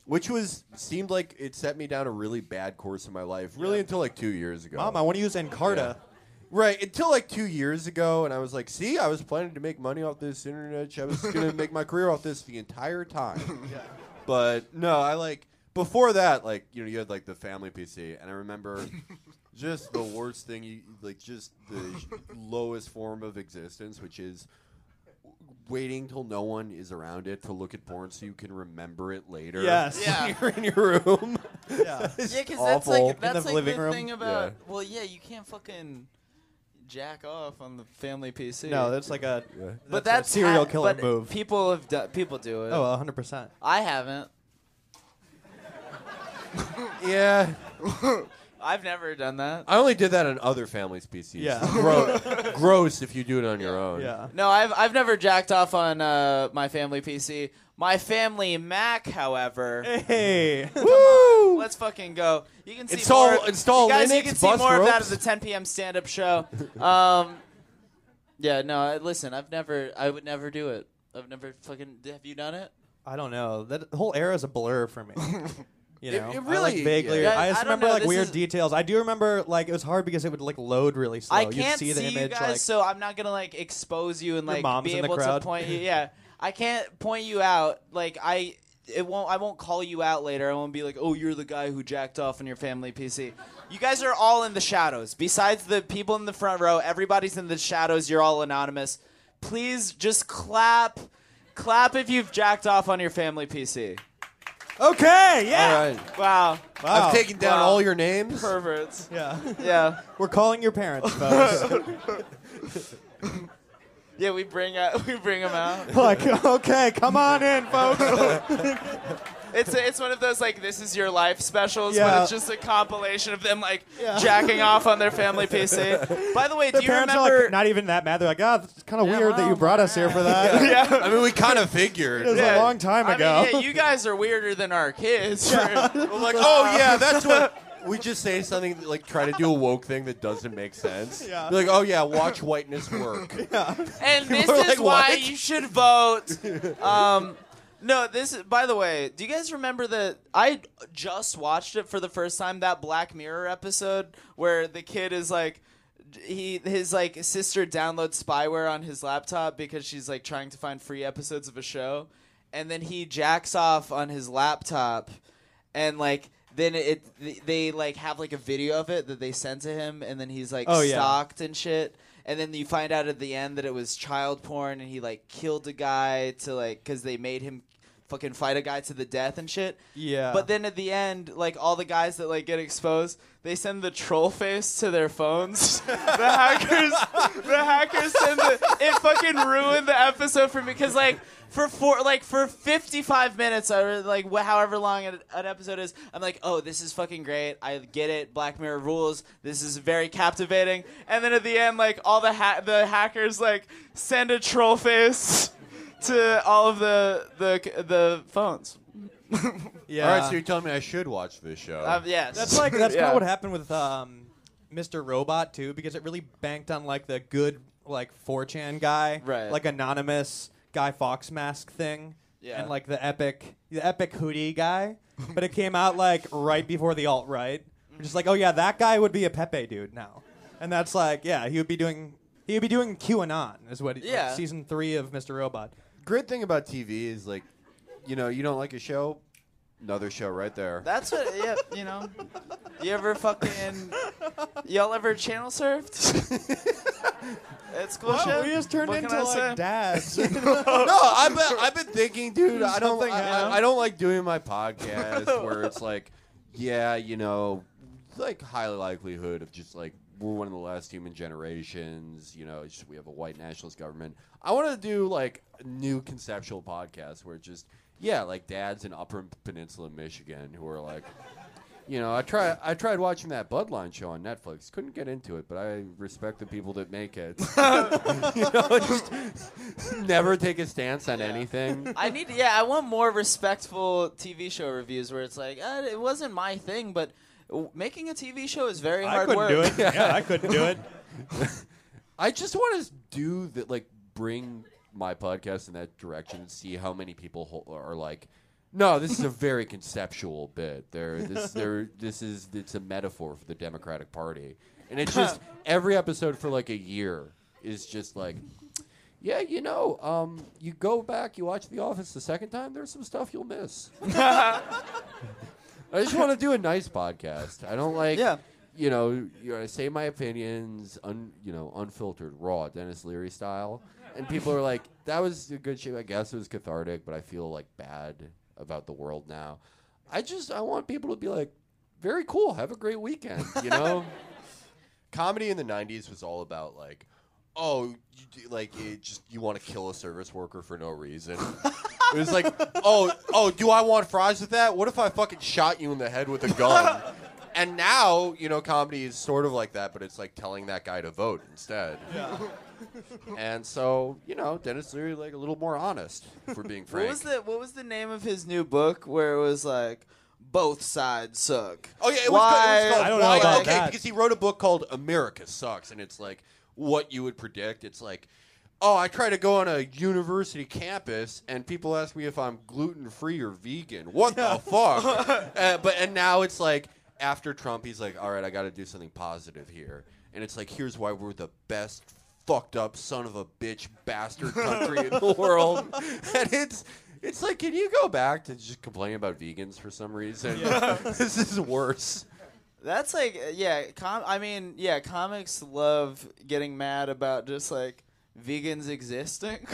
Speaker 3: which was seemed like it set me down a really bad course in my life. Really until like two years ago.
Speaker 2: Mom, I want to use Encarta.
Speaker 3: Right, until like two years ago, and I was like, see, I was planning to make money off this internet. shit. I was going to make my career off this the entire time. But no, I like, before that, like, you know, you had like the family PC, and I remember just the worst thing, you like, just the lowest form of existence, which is waiting till no one is around it to look at porn so you can remember it later.
Speaker 2: Yes.
Speaker 1: Yeah.
Speaker 3: You're in your room.
Speaker 2: yeah.
Speaker 1: Yeah, because that's
Speaker 3: awful.
Speaker 1: like
Speaker 2: the
Speaker 1: that's like
Speaker 2: living
Speaker 1: the
Speaker 2: room?
Speaker 1: thing about. Well, yeah, you can't fucking jack off on the family PC.
Speaker 2: No, that's like a.
Speaker 1: but
Speaker 2: that's a serial
Speaker 1: ha-
Speaker 2: killer
Speaker 1: but
Speaker 2: move.
Speaker 1: People have do- people do it.
Speaker 2: Oh, 100 percent.
Speaker 1: I haven't.
Speaker 3: yeah.
Speaker 1: I've never done that.
Speaker 3: I only did that in other family species.
Speaker 2: Yeah.
Speaker 3: Gro- gross if you do it on your own.
Speaker 2: Yeah.
Speaker 1: No, I've I've never jacked off on uh, my family PC. My family Mac, however.
Speaker 2: Hey.
Speaker 3: Woo!
Speaker 1: Let's fucking go. You can see
Speaker 3: Install-
Speaker 1: more.
Speaker 3: install
Speaker 1: you guys, you
Speaker 3: Linux,
Speaker 1: can see
Speaker 3: bus
Speaker 1: more of that at
Speaker 3: ropes.
Speaker 1: the 10 p.m. stand-up show. Um, yeah, no. I- Listen, I've never. I would never do it. I've never fucking. Have you done it?
Speaker 2: I don't know. That whole era is a blur for me. You
Speaker 3: It-
Speaker 2: know,
Speaker 3: it
Speaker 2: I, like,
Speaker 3: really-
Speaker 2: vaguely.
Speaker 1: yeah.
Speaker 2: I
Speaker 1: I
Speaker 2: just
Speaker 1: don't
Speaker 2: remember
Speaker 1: know,
Speaker 2: like
Speaker 1: this
Speaker 2: weird
Speaker 1: is-
Speaker 2: details. I do remember like it was hard because it would like load really slow.
Speaker 1: I can't
Speaker 2: You'd see the
Speaker 1: you
Speaker 2: image
Speaker 1: guys,
Speaker 2: like
Speaker 1: so I'm not gonna like expose you and
Speaker 2: Your
Speaker 1: like
Speaker 2: mom's
Speaker 1: be
Speaker 2: in the
Speaker 1: able to
Speaker 2: crowd.
Speaker 1: point you. Yeah, I can't point you out. Like I, it won't. I won't call you out later. I won't be like, oh, you're the guy who jacked off on your family PC. You guys are all in the shadows. Besides the people in the front row, everybody's in the shadows. You're all anonymous. Please just clap, clap if you've jacked off on your family PC.
Speaker 2: Okay, yeah.
Speaker 3: All right.
Speaker 1: Wow,
Speaker 2: Wow.
Speaker 3: I've taken down
Speaker 1: Wow.
Speaker 3: all your names.
Speaker 1: perverts.
Speaker 2: Yeah.
Speaker 1: Yeah,
Speaker 2: We're calling your parents, folks.
Speaker 1: yeah. We bring out, we bring them out.
Speaker 2: like, okay, come on in, folks.
Speaker 1: It's it's one of those like this is your life specials, but
Speaker 2: Yeah.
Speaker 1: it's just a compilation of them like
Speaker 2: Yeah.
Speaker 1: jacking off on their family PC. By the way,
Speaker 2: The
Speaker 1: do you
Speaker 2: parents
Speaker 1: remember?
Speaker 2: are like not even that mad. They're like, ah, it's kind of
Speaker 1: Yeah,
Speaker 2: weird that you
Speaker 1: well,
Speaker 2: brought us here for that. it
Speaker 1: yeah.
Speaker 3: I mean, we kind of
Speaker 2: was
Speaker 3: figured.
Speaker 2: a
Speaker 1: Yeah.
Speaker 2: long time
Speaker 1: I mean,
Speaker 2: ago.
Speaker 1: yeah, you guys are weirder than our kids.
Speaker 3: I'm like, oh yeah, that's what. We just say something like try to do a woke thing that doesn't make sense.
Speaker 2: Yeah.
Speaker 3: Be like, oh yeah, watch whiteness work.
Speaker 1: and this
Speaker 3: are
Speaker 1: is
Speaker 3: like,
Speaker 1: why
Speaker 3: "What?"
Speaker 1: you should vote. Um, no, this. is- By the way, do you guys remember the? I just watched it for the first time. That Black Mirror episode where the kid is like, he his like sister downloads spyware on his laptop because she's like trying to find free episodes of a show, and then he jacks off on his laptop, and like. Then it th- they like have like a video of it that they send to him, and then he's like
Speaker 2: Oh, yeah.
Speaker 1: stalked and shit. And then you find out at the end that it was child porn, and he like killed a guy to like because they made him fucking fight a guy to the death and shit.
Speaker 2: Yeah.
Speaker 1: But then at the end, like all the guys that like get exposed, they send the troll face to their phones. the hackers, the hackers send the. It fucking ruined the episode for me because like. For four, like for fifty-five minutes, or like wh- however long an, an episode is, I'm like, oh, this is fucking great. I get it. Black Mirror rules. This is very captivating. And then at the end, like all the ha- the hackers like send a troll face to all of the the the phones.
Speaker 2: yeah.
Speaker 3: All right, so you're telling me I should watch this show.
Speaker 1: Um, yes.
Speaker 2: That's like that's kind
Speaker 1: Yeah.
Speaker 2: of what happened with um, Mr. Robot too, because it really banked on like the good like 4chan guy,
Speaker 1: Right.
Speaker 2: Like anonymous Guy Fox mask thing,
Speaker 1: Yeah.
Speaker 2: and like the epic the epic hoodie guy. but it came out like right before the alt right, just like oh yeah, that guy would be a Pepe dude now, and that's like yeah, he would be doing he would be doing QAnon is what like,
Speaker 1: Yeah.
Speaker 2: season three of Mr. Robot.
Speaker 3: great thing about TV is like, you know, you don't like a show, another show right there.
Speaker 1: That's what, yeah, you know. You ever fucking. Y'all ever channel surfed? it's cool shit.
Speaker 2: We just Oh, turned
Speaker 1: What can
Speaker 2: into
Speaker 1: I
Speaker 2: like
Speaker 1: say?
Speaker 2: dads.
Speaker 3: no, I've been, I've been thinking, dude. I don't,
Speaker 2: Something
Speaker 3: I,
Speaker 2: happened.
Speaker 3: I, I don't like doing my podcast where it's like, yeah, you know, like high likelihood of just like we're one of the last human generations. You know, it's just, we have a white nationalist government. I want to do like a new conceptual podcast where it's just yeah, like dads in Upper Peninsula, Michigan, who are like. You know, I try. I tried watching that Bloodline show on Netflix. Couldn't get into it, but I respect the people that make it. you know, just never take a stance on anything.
Speaker 1: I need, yeah, I want more respectful TV show reviews where it's like, uh, it wasn't my thing, but w- making a TV show is very
Speaker 2: I
Speaker 1: hard
Speaker 2: couldn't
Speaker 1: work.
Speaker 2: do it. Yeah, I couldn't do it.
Speaker 3: I just want to do that, like bring my podcast in that direction and see how many people ho- are like, no, this is a very conceptual bit. There, this, there, this is it's a metaphor for the Democratic Party, and it's just every episode for like a year is just like. Yeah, you know, um, you go back, you watch The Office the second time. There's some stuff you'll miss. I just want to do a nice podcast. I don't like,
Speaker 1: Yeah.
Speaker 3: you know, you know, I say my opinions, un, you know, unfiltered, raw, Dennis Leary style.
Speaker 4: and people are like, "That was a good shape. I guess it was cathartic, but I feel like bad about the world now." I just I want people to be like, "Very cool. Have a great weekend." You know.
Speaker 3: comedy in the 90s was all about like oh you, do- like it just you want to kill a service worker for no reason it was like oh oh do i want fries with that what if i fucking shot you in the head with a gun and now you know comedy is sort of like that but it's like telling that guy to vote instead and so you know dennis leary like a little more honest if we're being frank
Speaker 1: What was the What was the name of his new book where it was like both sides suck?
Speaker 3: Oh yeah, it
Speaker 1: Why-
Speaker 3: was, Why? it was called
Speaker 2: I don't know
Speaker 3: Why-
Speaker 2: about
Speaker 3: okay,
Speaker 2: that.
Speaker 3: because he wrote a book called America Sucks, and it's like what you would predict. It's like, oh, I try to go on a university campus, and people ask me if I'm gluten free or vegan. What the fuck? uh, but and now it's like after Trump, he's like, all right, I got to do something positive here, and it's like, here's why we're the best. Fucked up son of a bitch bastard country in the world, and it's it's like, can you go back to just complaining about vegans for some reason? this is worse.
Speaker 1: That's like uh, yeah. Com- I mean yeah, comics love getting mad about just like vegans existing.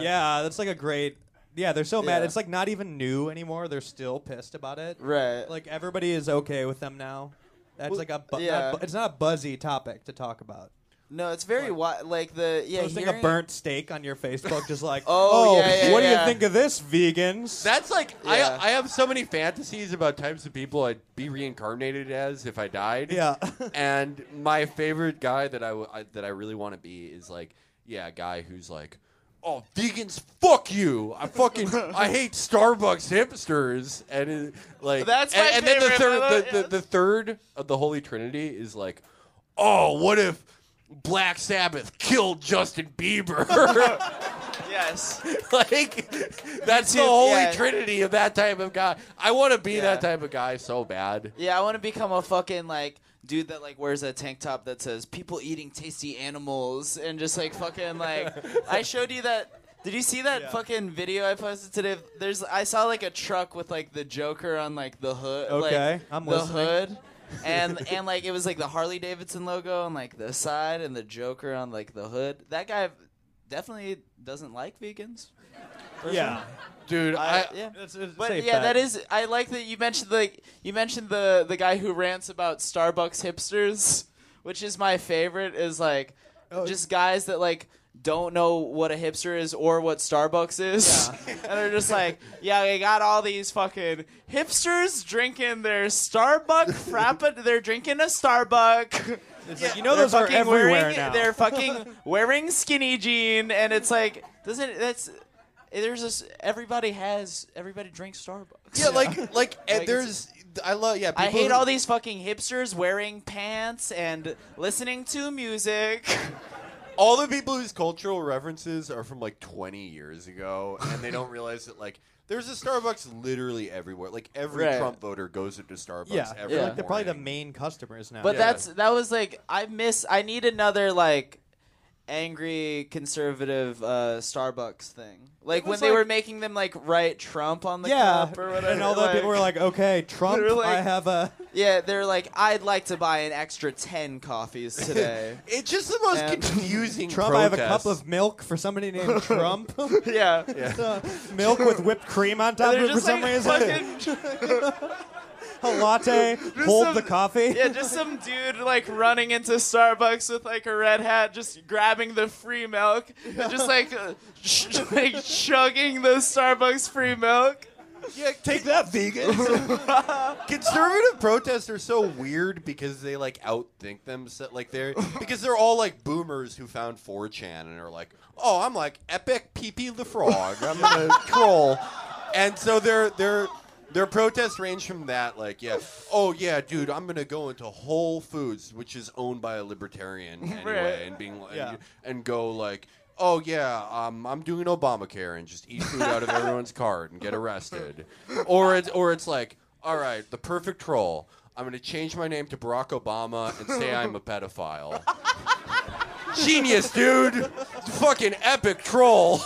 Speaker 2: Yeah, that's like a great. Yeah, they're so mad.
Speaker 1: Yeah.
Speaker 2: It's like not even new anymore. They're still pissed about it.
Speaker 1: right.
Speaker 2: Like everybody is okay with them now. That's like a. Bu- not
Speaker 1: yeah.
Speaker 2: bu- it's not a buzzy topic to talk about.
Speaker 1: no, it's very wi- like the yeah.
Speaker 2: Posting a
Speaker 1: hearing-
Speaker 2: burnt steak on your Facebook, just like,
Speaker 1: Oh,
Speaker 2: oh,
Speaker 1: yeah, yeah,
Speaker 2: what do
Speaker 1: yeah.
Speaker 2: you think of this, vegans?
Speaker 4: That's like
Speaker 1: Yeah.
Speaker 4: I I have so many fantasies about types of people I'd be reincarnated as if I died.
Speaker 2: yeah.
Speaker 4: and my favorite guy that I, w- I- that I really want to be is like yeah, a guy who's like, oh vegans, fuck you! I fucking I hate Starbucks hipsters and it, like
Speaker 1: That's
Speaker 4: and,
Speaker 1: my
Speaker 4: and then the
Speaker 1: favorite,
Speaker 4: third the,
Speaker 1: Milo,
Speaker 4: the, the third of the Holy Trinity is like, oh what if Black Sabbath killed Justin Bieber?
Speaker 1: yes.
Speaker 4: like that's the
Speaker 1: too,
Speaker 4: holy
Speaker 1: yeah.
Speaker 4: trinity of that type of guy. I want to be
Speaker 1: Yeah.
Speaker 4: that type of guy so bad.
Speaker 1: Yeah, I want to become a fucking like dude that like wears a tank top that says "People eating tasty animals" and just like fucking like I showed you that. Did you see that fucking video I posted today? There's I saw like a truck with like the Joker on like the hood. like,
Speaker 2: Okay, I'm
Speaker 1: the
Speaker 2: listening.
Speaker 1: hood. and and like it was like the Harley Davidson logo on like the side and the Joker on like the hood. That guy definitely doesn't like vegans.
Speaker 2: yeah.
Speaker 4: Dude, I,
Speaker 1: yeah.
Speaker 2: It's- it's a
Speaker 1: But
Speaker 2: safe
Speaker 1: yeah,
Speaker 2: bet.
Speaker 1: that is. I like that you mentioned the you mentioned the the guy who rants about Starbucks hipsters, which is my favorite. Is like
Speaker 2: Oh,
Speaker 1: just guys that like don't know what a hipster is or what Starbucks is, and are just like, yeah, they got all these fucking hipsters drinking their Starbucks frappa. they're drinking a Starbucks.
Speaker 2: It's like, you know those
Speaker 1: They're
Speaker 2: are
Speaker 1: fucking
Speaker 2: everywhere
Speaker 1: wearing,
Speaker 2: now.
Speaker 1: They're fucking wearing skinny jean, and it's like doesn't that's there's this everybody has everybody drinks Starbucks.
Speaker 3: Yeah, like like and
Speaker 1: it's-
Speaker 3: there's I love yeah. People
Speaker 1: I hate
Speaker 3: who-
Speaker 1: all these fucking hipsters wearing pants and listening to music.
Speaker 3: all the people whose cultural references are from like 20 years ago, and they don't realize that like there's a Starbucks literally everywhere. Like every
Speaker 1: Right.
Speaker 3: Trump voter goes into Starbucks.
Speaker 2: yeah.
Speaker 3: every
Speaker 2: Like, they're probably the
Speaker 3: morning.
Speaker 2: main customers now.
Speaker 1: But
Speaker 3: Yeah.
Speaker 1: that's that was like I miss. I need another like angry conservative uh, Starbucks thing. Like when
Speaker 2: was
Speaker 1: they
Speaker 2: like-
Speaker 1: were making them like write Trump on the
Speaker 2: yeah.
Speaker 1: cup or whatever.
Speaker 2: and all the people were like, okay, Trump,
Speaker 1: They're like-
Speaker 2: I have a.
Speaker 1: Yeah, they're like, I'd like to buy an extra ten coffees today.
Speaker 3: It's just the most
Speaker 1: And-
Speaker 3: confusing.
Speaker 2: Trump, I have a cup
Speaker 3: protest.
Speaker 2: of milk for somebody named Trump.
Speaker 1: yeah.
Speaker 2: Uh, milk with whipped cream on top of
Speaker 1: They're
Speaker 2: it for
Speaker 1: just
Speaker 2: some
Speaker 1: like
Speaker 2: reason.
Speaker 1: fucking,
Speaker 2: a latte, hold
Speaker 1: some-
Speaker 2: the coffee.
Speaker 1: yeah, just some dude like running into Starbucks with like a red hat, just grabbing the free milk, and just like, uh, sh- like chugging the Starbucks free milk.
Speaker 3: Yeah, take that, vegans. Conservative protests are so weird because they like outthink themselves. Like they're because they're all like boomers who found 4chan and are like, oh, I'm like epic PP the frog. I'm gonna troll, and so they're they're. Their protests range from that, like, yeah, oh yeah, dude, I'm gonna go into Whole Foods, which is owned by a libertarian anyway,
Speaker 1: Right.
Speaker 3: and being like,
Speaker 2: Yeah.
Speaker 3: and go like, oh yeah, um, I'm doing Obamacare and just eat food out of everyone's card and get arrested, or it's or it's like, all right, the perfect troll. I'm gonna change my name to Barack Obama and say I'm a pedophile. Genius, dude! Fucking epic troll.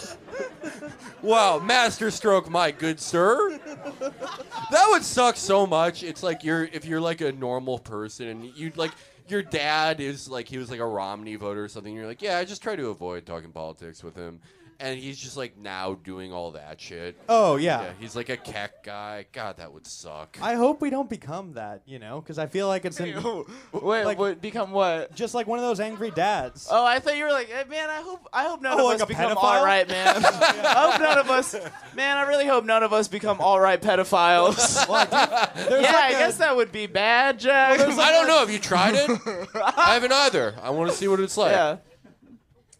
Speaker 3: Wow, masterstroke, my good sir. That would suck so much. It's like you're if you're like a normal person and you'd like your dad is like he was like a Romney voter or something. you're like, yeah, I just try to avoid talking politics with him, and he's just like now doing all that shit.
Speaker 2: Oh yeah.
Speaker 3: Yeah, he's like a keck guy. God, that would suck.
Speaker 2: I hope we don't become that, you know, because I feel like it's in,
Speaker 1: Wait,
Speaker 2: Like-
Speaker 1: what, become what?
Speaker 2: just like one of those angry dads.
Speaker 1: Oh, I thought you were like, "Hey, man. I hope I hope none
Speaker 2: Oh,
Speaker 1: of
Speaker 2: like
Speaker 1: us
Speaker 2: a
Speaker 1: become
Speaker 2: pedophile?
Speaker 1: all right, man. I hope none of us, man. I really hope none of us become all right pedophiles. yeah, I guess that would be bad, Jack.
Speaker 3: I don't know. Have you tried it? I haven't either. I want to see what it's like.
Speaker 1: yeah,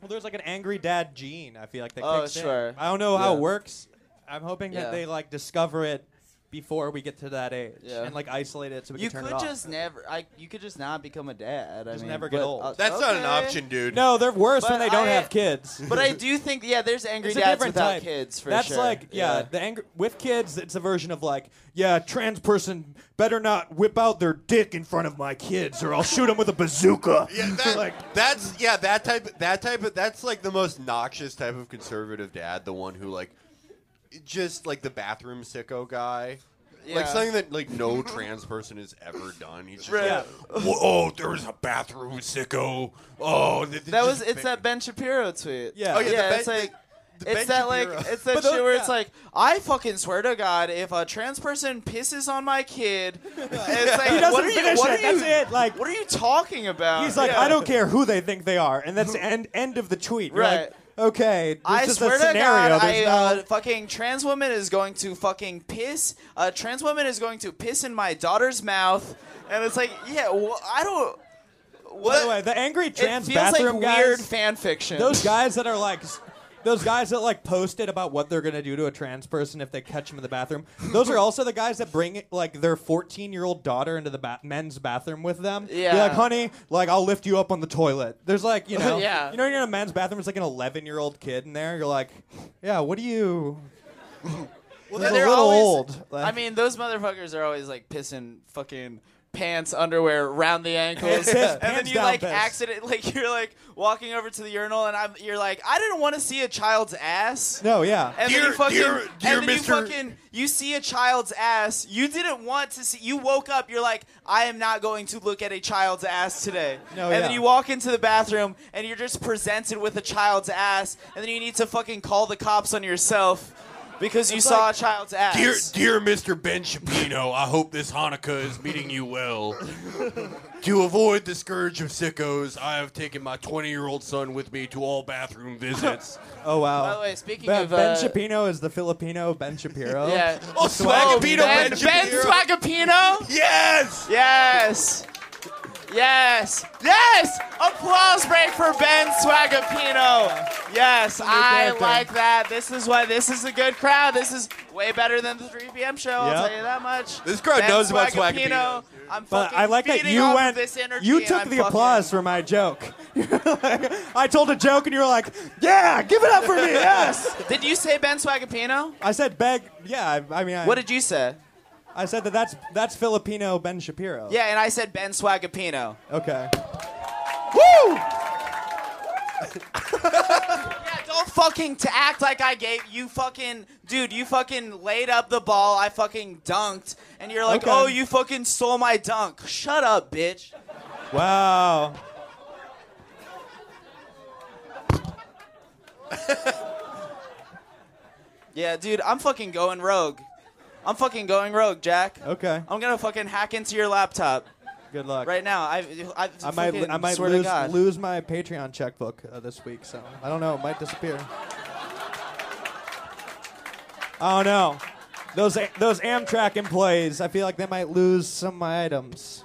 Speaker 2: Well, there's like an angry dad gene. I feel like that
Speaker 1: Oh,
Speaker 2: kicks
Speaker 1: sure.
Speaker 2: in. I don't know how
Speaker 3: Yeah.
Speaker 2: it works. I'm hoping
Speaker 1: Yeah.
Speaker 2: that they like discover it before we get to that age
Speaker 1: Yeah.
Speaker 2: and like isolate it so we
Speaker 1: you
Speaker 2: can turn
Speaker 1: could
Speaker 2: it off.
Speaker 1: just never. I you could just not become a dad. I
Speaker 2: Just
Speaker 1: mean,
Speaker 2: never get
Speaker 1: but-
Speaker 2: old.
Speaker 1: uh,
Speaker 3: That's not an
Speaker 1: okay.
Speaker 3: option, dude.
Speaker 2: no, they're worse
Speaker 1: But
Speaker 2: when they don't
Speaker 1: I-
Speaker 2: have kids.
Speaker 1: But I do think, yeah, there's angry
Speaker 2: It's a
Speaker 1: dads
Speaker 2: different
Speaker 1: without
Speaker 2: type.
Speaker 1: kids for
Speaker 2: That's
Speaker 1: sure.
Speaker 2: like yeah, the angry with kids. It's a version of like yeah, trans person better not whip out their dick in front of my kids or I'll shoot them with a bazooka.
Speaker 3: Yeah, that,
Speaker 2: like
Speaker 3: that's yeah, that type, that type of that's like the most noxious type of conservative dad, the one who like just like the bathroom sicko guy.
Speaker 1: Yeah.
Speaker 3: Like something that like no trans person has ever done. He's just
Speaker 1: Right.
Speaker 3: like, "Whoa, oh, there was a bathroom sicko. Oh, th- th-
Speaker 1: That was
Speaker 3: just
Speaker 1: it's
Speaker 3: ba-
Speaker 1: that Ben Shapiro tweet.
Speaker 2: Yeah. Oh, yeah,
Speaker 3: the Ben-
Speaker 1: it's like
Speaker 3: the- the
Speaker 1: it's
Speaker 3: Ben
Speaker 1: that like
Speaker 3: Shapiro.
Speaker 1: it's that
Speaker 2: But
Speaker 1: shit
Speaker 2: those-
Speaker 1: where it's
Speaker 2: yeah.
Speaker 1: like I fucking swear to God, if a trans person pisses on my kid, it's like
Speaker 2: he doesn't
Speaker 1: what are you,
Speaker 2: finish
Speaker 1: what
Speaker 2: it.
Speaker 1: Are you,
Speaker 2: That's it. Like
Speaker 1: What are you talking about?
Speaker 2: He's like,
Speaker 1: Yeah.
Speaker 2: I don't care who they think they are, and that's the end end of the tweet. You're
Speaker 1: Right.
Speaker 2: like, okay, this
Speaker 1: I
Speaker 2: is
Speaker 1: swear
Speaker 2: a scenario.
Speaker 1: to God, I,
Speaker 2: There's
Speaker 1: uh,
Speaker 2: no-
Speaker 1: fucking trans woman is going to fucking piss. A trans woman is going to piss in my daughter's mouth, and it's like, yeah, wh- I don't. What?
Speaker 2: by the way, the angry trans
Speaker 1: it feels
Speaker 2: bathroom
Speaker 1: like
Speaker 2: guys,
Speaker 1: weird fan fiction.
Speaker 2: those guys that are like. s- Those guys that like posted about what they're gonna do to a trans person if they catch them in the bathroom. Those are also the guys that bring like their 14 year old daughter into the ba- men's bathroom with them. Be
Speaker 1: Yeah.
Speaker 2: like, honey, like I'll lift you up on the toilet. There's like, you know,
Speaker 1: Yeah.
Speaker 2: you know, when you're in a men's bathroom. It's like an 11 year old kid in there. You're like, yeah, what do you?
Speaker 1: Well,
Speaker 2: He's a little old.
Speaker 1: I mean, those motherfuckers are always like pissing fucking pants, underwear, round the ankles,
Speaker 2: Piss,
Speaker 1: and then
Speaker 2: pants
Speaker 1: you
Speaker 2: down
Speaker 1: like
Speaker 2: piss.
Speaker 1: accident, like you're like walking over to the urinal, and I'm you're like, I didn't want to see a child's ass.
Speaker 2: No, yeah.
Speaker 1: And then you
Speaker 3: Dear-
Speaker 1: fucking,
Speaker 3: dear- dear
Speaker 1: and then you
Speaker 3: Mr.
Speaker 1: fucking, you see a child's ass. You didn't want to see. You woke up. You're like, I am not going to look at a child's ass today.
Speaker 2: No,
Speaker 1: and
Speaker 2: yeah.
Speaker 1: then you walk into the bathroom, and you're just presented with a child's ass, and then you need to fucking call the cops on yourself because you saw a child's ass.
Speaker 3: Dear, dear Mr. Ben Shapiro, I hope this Hanukkah is meeting you well. to avoid the scourge of sickos, I have taken my 20 year old son with me to all bathroom visits.
Speaker 2: Oh wow.
Speaker 1: By the way, speaking
Speaker 2: Ben,
Speaker 1: of
Speaker 2: Ben
Speaker 1: uh,
Speaker 2: Shapiro is the Filipino Ben Shapiro.
Speaker 1: yeah.
Speaker 3: oh, Swagapino
Speaker 1: Ben,
Speaker 3: Ben,
Speaker 1: ben
Speaker 3: Shapiro.
Speaker 1: Swagapino?
Speaker 3: yes!
Speaker 1: Yes. Yes. Yes. Applause break for Ben Swagapino. Yes, I
Speaker 2: that
Speaker 1: like that. This is why this is a good crowd. This is way better than the 3 p.m. show. I'll
Speaker 2: Yep.
Speaker 1: tell you that much.
Speaker 3: This crowd
Speaker 1: Ben
Speaker 3: knows about
Speaker 1: Swagapino.
Speaker 3: Swagapinos,
Speaker 1: I'm
Speaker 2: But
Speaker 1: fucking
Speaker 2: I like that
Speaker 1: feeding
Speaker 2: you
Speaker 1: off of
Speaker 2: went.
Speaker 1: This energy
Speaker 2: you
Speaker 1: and
Speaker 2: took
Speaker 1: I'm
Speaker 2: the
Speaker 1: fucking-
Speaker 2: applause for my joke. I told a joke and you were like, "Yeah, give it up for me." Yes.
Speaker 1: Did you say Ben Swagapino?
Speaker 2: I said, "Beg." Yeah. I, I mean, I,
Speaker 1: What did you say?
Speaker 2: I said that that's that's Filipino Ben Shapiro.
Speaker 1: Yeah, and I said Ben Swagapino.
Speaker 2: Okay.
Speaker 1: Woo! yeah, don't fucking to act like I gave you fucking dude. You fucking laid up the ball. I fucking dunked, and you're like,
Speaker 2: Okay.
Speaker 1: oh, you fucking stole my dunk. Shut up, bitch.
Speaker 2: Wow.
Speaker 1: Yeah, dude, I'm fucking going rogue. I'm fucking going rogue, Jack.
Speaker 2: Okay.
Speaker 1: I'm gonna fucking hack into your laptop
Speaker 2: Good luck.
Speaker 1: right now. I I,
Speaker 2: I might
Speaker 1: fucking
Speaker 2: I might
Speaker 1: swear to
Speaker 2: lose
Speaker 1: God.
Speaker 2: lose my Patreon checkbook uh, this week, so I don't know. It might disappear. Oh no, those A- those Amtrak employees. I feel like they might lose some of my items.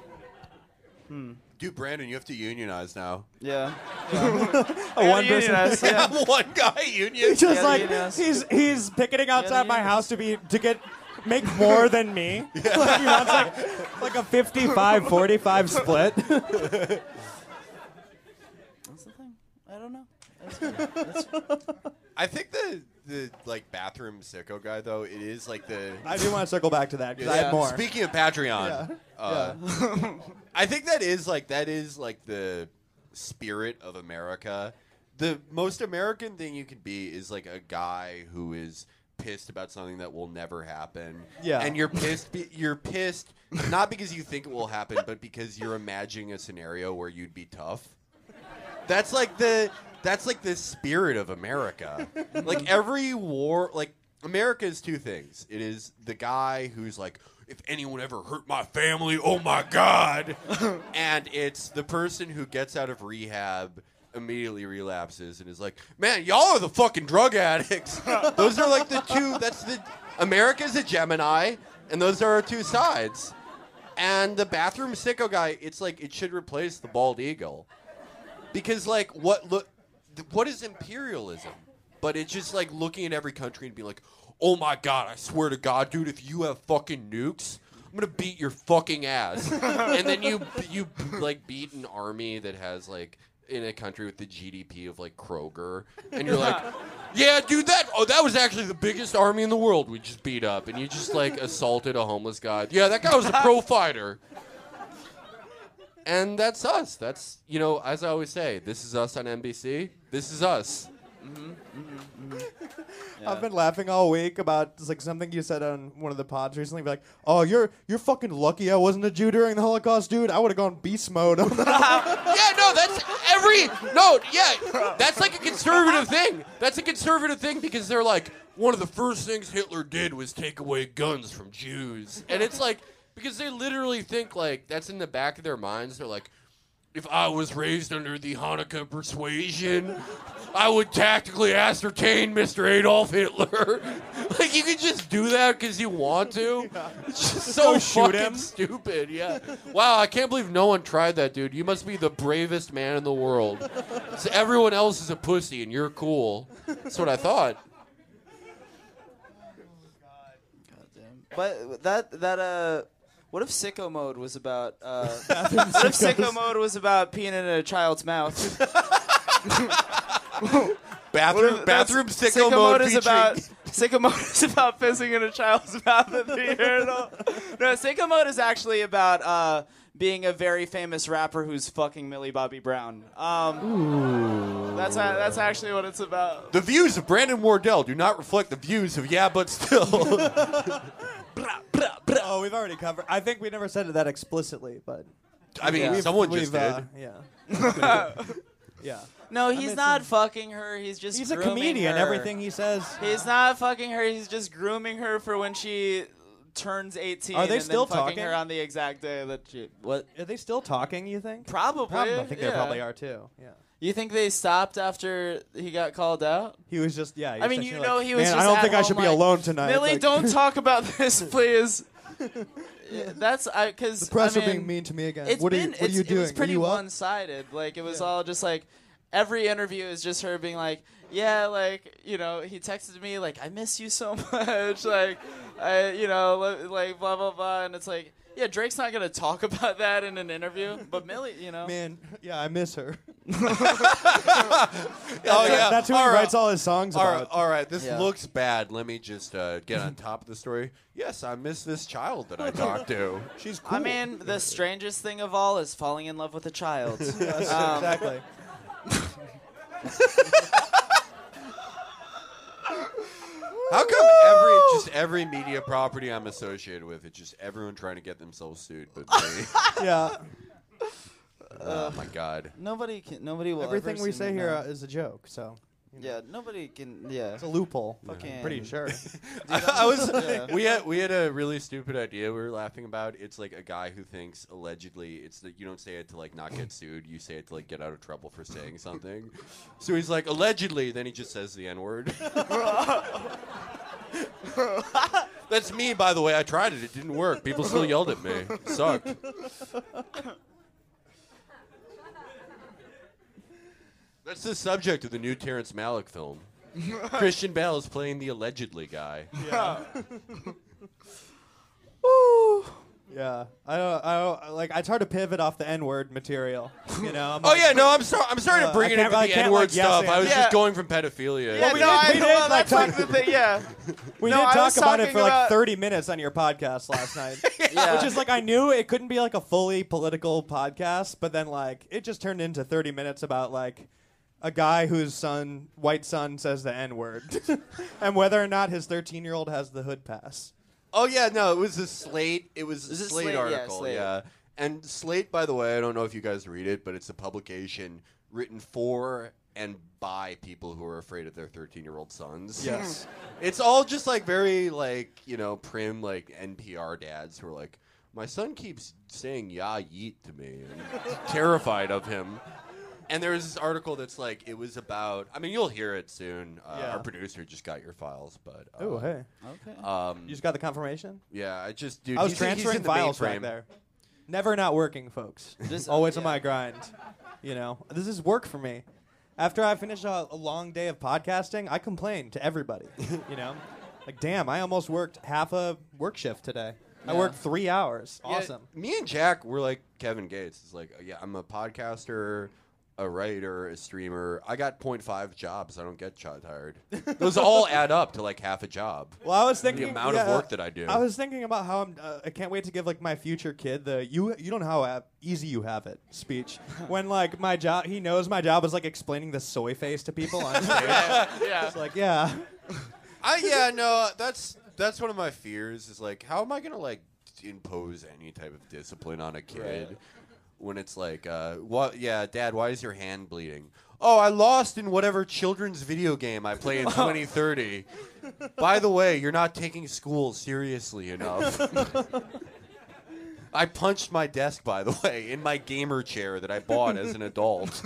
Speaker 3: Dude, Brandon, you have to unionize now.
Speaker 1: Yeah.
Speaker 2: Oh, one
Speaker 1: Yeah,
Speaker 2: person.
Speaker 1: unionize, yeah.
Speaker 3: One guy union.
Speaker 2: He's just
Speaker 1: Yeah,
Speaker 2: like
Speaker 1: unionize.
Speaker 2: he's he's picketing outside my
Speaker 1: unionize.
Speaker 2: house to be to get make more than me. Like, he wants like like a 55-45 split.
Speaker 1: That's the thing. I don't know.
Speaker 3: I think the the like bathroom sicko guy though, it is like the
Speaker 2: I do want to circle back to that because I had
Speaker 1: Yeah.
Speaker 2: more.
Speaker 3: Speaking of Patreon, uh, I think that is like that is like the spirit of America. The most American thing you can be is like a guy who is pissed about something that will never happen.
Speaker 2: Yeah.
Speaker 3: And you're pissed. Be- you're pissed not because you think it will happen, but because you're imagining a scenario where you'd be tough. That's like the that's like the spirit of America. like every war, like America is two things. It is the guy who's like, if anyone ever hurt my family, oh my god, and it's the person who gets out of rehab. Immediately relapses and is like, "Man, y'all are the fucking drug addicts." those are like the two. That's the America's a Gemini, and those are our two sides. And the bathroom sicko guy, it's like it should replace the bald eagle because like what look what is imperialism but it's just like looking at every country and being like oh my god i swear to god dude if you have fucking nukes i'm gonna beat your fucking ass and then you you like beat an army that has like in a country with the GDP of like Kroger, and you're like, yeah, dude, that oh, that was actually the biggest army in the world we just beat up, and you just like assaulted a homeless guy. Yeah, that guy was a pro fighter and that's us. That's you know, as I always say, this is us on NBC. This is us.
Speaker 2: I've been laughing all week about it's like something you said on one of the pods recently. Like, oh, you're you're fucking lucky I wasn't a Jew during the Holocaust, dude. I would have gone beast mode. on that.
Speaker 3: Yeah, no, that's every no, yeah, that's like a conservative thing. That's a conservative thing because they're like one of the first things Hitler did was take away guns from Jews, and it's like because they literally think like that's in the back of their minds. They're like. If I was raised under the Hanukkah persuasion, I would tactically ascertain Mr. Adolf Hitler. like you could just do that because you want to. It's just so fucking stupid. Yeah. Wow, I can't believe no one tried that, dude. You must be the bravest man in the world. So everyone else is a pussy and you're cool. That's what I thought.
Speaker 1: But that that uh, what if sicko mode was about? Uh, what if sicko mode was about peeing in a child's mouth?
Speaker 3: Bathroom,
Speaker 1: That's-
Speaker 3: bathroom sicko, mode,
Speaker 1: is about sicko mode is about pissing in a child's mouth at the urinal. No, sicko mode is actually about uh, being a very famous rapper who's fucking Millie Bobby Brown. Um, that's a- that's actually what it's about.
Speaker 3: The views of Brandon Wardell do not reflect the views of Yeah, but still.
Speaker 2: oh, we've already covered. I think we never said it that explicitly, but
Speaker 3: I mean,
Speaker 2: we've-
Speaker 3: someone
Speaker 2: we've,
Speaker 3: just did.
Speaker 2: uh, yeah. yeah.
Speaker 1: No, he's not fucking her. He's just
Speaker 2: He's a
Speaker 1: grooming
Speaker 2: comedian.
Speaker 1: her.
Speaker 2: Everything he says.
Speaker 1: He's not fucking her. He's just grooming her for when she turns 18.
Speaker 2: Are they
Speaker 1: and
Speaker 2: still
Speaker 1: then fucking
Speaker 2: talking?
Speaker 1: her on the exact day that she what?
Speaker 2: Are they still talking? You think?
Speaker 1: Probably.
Speaker 2: Probably. I think
Speaker 1: yeah.
Speaker 2: they probably are too. Yeah.
Speaker 1: You think they stopped after he got called out?
Speaker 2: He was just yeah. he
Speaker 1: I
Speaker 2: was
Speaker 1: mean,
Speaker 2: just
Speaker 1: you
Speaker 2: like,
Speaker 1: know he was.
Speaker 2: Man,
Speaker 1: just
Speaker 2: I don't
Speaker 1: at
Speaker 2: think I
Speaker 1: home
Speaker 2: should be
Speaker 1: like,
Speaker 2: alone tonight.
Speaker 1: Millie,
Speaker 2: Like-
Speaker 1: don't talk about this, please. That's I because
Speaker 2: The press
Speaker 1: I mean,
Speaker 2: are being mean to me again.
Speaker 1: It's
Speaker 2: What are you,
Speaker 1: been
Speaker 2: what are
Speaker 1: it's,
Speaker 2: you
Speaker 1: it
Speaker 2: doing?
Speaker 1: was
Speaker 2: are
Speaker 1: pretty
Speaker 2: you up?
Speaker 1: one-sided. Like it was all just like every interview is just her being like, yeah, like you know, he texted me like, I miss you so much, like I, you know, li- like blah blah blah, and it's like, yeah, Drake's not gonna talk about that in an interview, but Millie, you know,
Speaker 2: Man, yeah, I miss her.
Speaker 3: Oh, yeah.
Speaker 2: That's who he
Speaker 3: All right.
Speaker 2: writes all his songs
Speaker 3: All right,
Speaker 2: about.
Speaker 3: all right. This
Speaker 1: Yeah.
Speaker 3: looks bad. Let me just uh, get on top of the story. Yes, I miss this child that I talked to.
Speaker 2: She's cool.
Speaker 1: I mean, the strangest thing of all is falling in love with a child.
Speaker 2: Yes,
Speaker 1: Um,
Speaker 2: exactly.
Speaker 3: How come every just every media property I'm associated with, it's just everyone trying to get themselves sued? But me.
Speaker 2: Yeah,
Speaker 3: oh my god.
Speaker 1: Nobody can. Nobody will.
Speaker 2: everything
Speaker 1: ever
Speaker 2: we
Speaker 1: see
Speaker 2: say
Speaker 1: me
Speaker 2: here
Speaker 1: now.
Speaker 2: uh, is a joke. So
Speaker 1: yeah, nobody can. Yeah.
Speaker 2: it's a loophole.
Speaker 1: Fucking-
Speaker 2: Pretty sure.
Speaker 3: I was.
Speaker 1: Yeah.
Speaker 3: We had we had a really stupid idea we were laughing about. It's like a guy who thinks allegedly it's that you don't say it to like not get sued. You say it to like get out of trouble for saying something. So he's like allegedly. Then he just says the n word. That's me, by the way. I tried it. It didn't work. People still yelled at me. It sucked. That's the subject of the new Terrence Malick film. Christian Bale is playing the allegedly guy.
Speaker 2: Yeah, I don't. I don't like. It's hard to pivot off the N word material. You know. I'm
Speaker 3: Oh
Speaker 2: like-
Speaker 3: yeah, no, I'm sorry. I'm sorry
Speaker 2: Uh,
Speaker 3: to bring
Speaker 2: I
Speaker 3: it in
Speaker 2: can't-
Speaker 3: with
Speaker 2: I
Speaker 3: the
Speaker 2: can't,
Speaker 3: N-word
Speaker 2: like, yes
Speaker 3: stuff.
Speaker 2: and-
Speaker 3: I was
Speaker 1: Yeah.
Speaker 3: just going from pedophilia.
Speaker 1: yeah,
Speaker 2: we did-
Speaker 1: no, I
Speaker 2: we
Speaker 1: know.
Speaker 2: did,
Speaker 1: well,
Speaker 2: like,
Speaker 1: that's like
Speaker 2: talk-
Speaker 1: the thing. Yeah,
Speaker 2: We
Speaker 1: No,
Speaker 2: did
Speaker 1: I
Speaker 2: talk
Speaker 1: was
Speaker 2: about it
Speaker 1: talking
Speaker 2: for
Speaker 1: about-
Speaker 2: like 30 minutes on your podcast last night.
Speaker 1: Yeah.
Speaker 2: Which is like I knew it couldn't be like a fully political podcast, but then like it just turned into 30 minutes about like a guy whose son, white son, says the N word, and whether or not his 13 year old has the hood pass.
Speaker 3: Oh yeah, no, it was a Slate. It was a
Speaker 1: Is it
Speaker 3: Slate,
Speaker 1: Slate? Yeah,
Speaker 3: article. Yeah,
Speaker 1: Slate.
Speaker 3: And Slate, by the way, I don't know if you guys read it, but it's a publication written for and by people who are afraid of their 13-year-old sons.
Speaker 2: Yes.
Speaker 3: it's all just like very like, you know, prim like NPR dads who are like, "My son keeps saying ya yeet to me." And I'm terrified of him. And there was this article that's like it was about. I mean, you'll hear it soon. Uh,
Speaker 2: Yeah.
Speaker 3: Our producer just got your files, but uh,
Speaker 2: Oh hey,
Speaker 1: Okay.
Speaker 3: um,
Speaker 2: you just got the confirmation.
Speaker 3: yeah, I just dude.
Speaker 2: I was
Speaker 3: he's- he's in
Speaker 2: transferring
Speaker 3: the
Speaker 2: files right
Speaker 3: mainframe.
Speaker 2: there. Never not working, folks.
Speaker 1: This-
Speaker 2: Always on
Speaker 1: yeah.
Speaker 2: my grind. You know, this is work for me. After I finish a, a long day of podcasting, I complain to everybody. You know, like damn, I almost worked half a work shift today. I
Speaker 1: Yeah.
Speaker 2: worked three hours.
Speaker 3: Yeah,
Speaker 2: Awesome.
Speaker 3: me and Jack were like Kevin Gates. It's like, yeah, I'm a podcaster, a writer, a streamer. I got 0.5 jobs. I don't get job tired. Those all add up to like half a job.
Speaker 2: Well, I was thinking
Speaker 3: amount of work that I do.
Speaker 2: I was thinking about how I'm. Uh, I can't wait to give like my future kid the you. You don't know how uh, easy you have it speech. when like my job, he knows my job is like explaining the soy face to people on stage.
Speaker 3: yeah,
Speaker 2: It's like yeah,
Speaker 3: I yeah no. That's that's one of my fears. Is like, how am I gonna like impose any type of discipline on a kid when it's like, uh, what? Yeah, Dad, why is your hand bleeding? Oh, I lost in whatever children's video game I play in 2030. By the way, you're not taking school seriously enough. I punched my desk, by the way, in my gamer chair that I bought as an adult.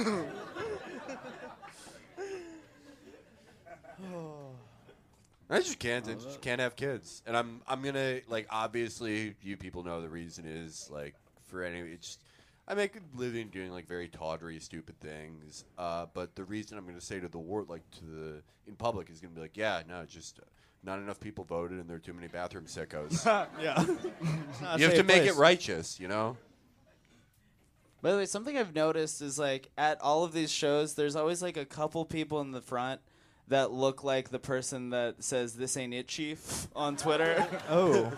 Speaker 3: I just can't. I just can't have kids. And I'm I'm gonna like obviously you people know the reason is like for any it's just I make a living doing like very tawdry, stupid things. Uh, but the reason I'm gonna say to the world, like to the in public, is gonna be like, yeah, no, just. uh, Not enough people voted, and there are too many bathroom sickos.
Speaker 2: yeah.
Speaker 3: you have to make it righteous, you know.
Speaker 1: By the way, something I've noticed is like at all of these shows, there's always like a couple people in the front that look like the person that says "This ain't it, Chief" on Twitter.
Speaker 2: Oh,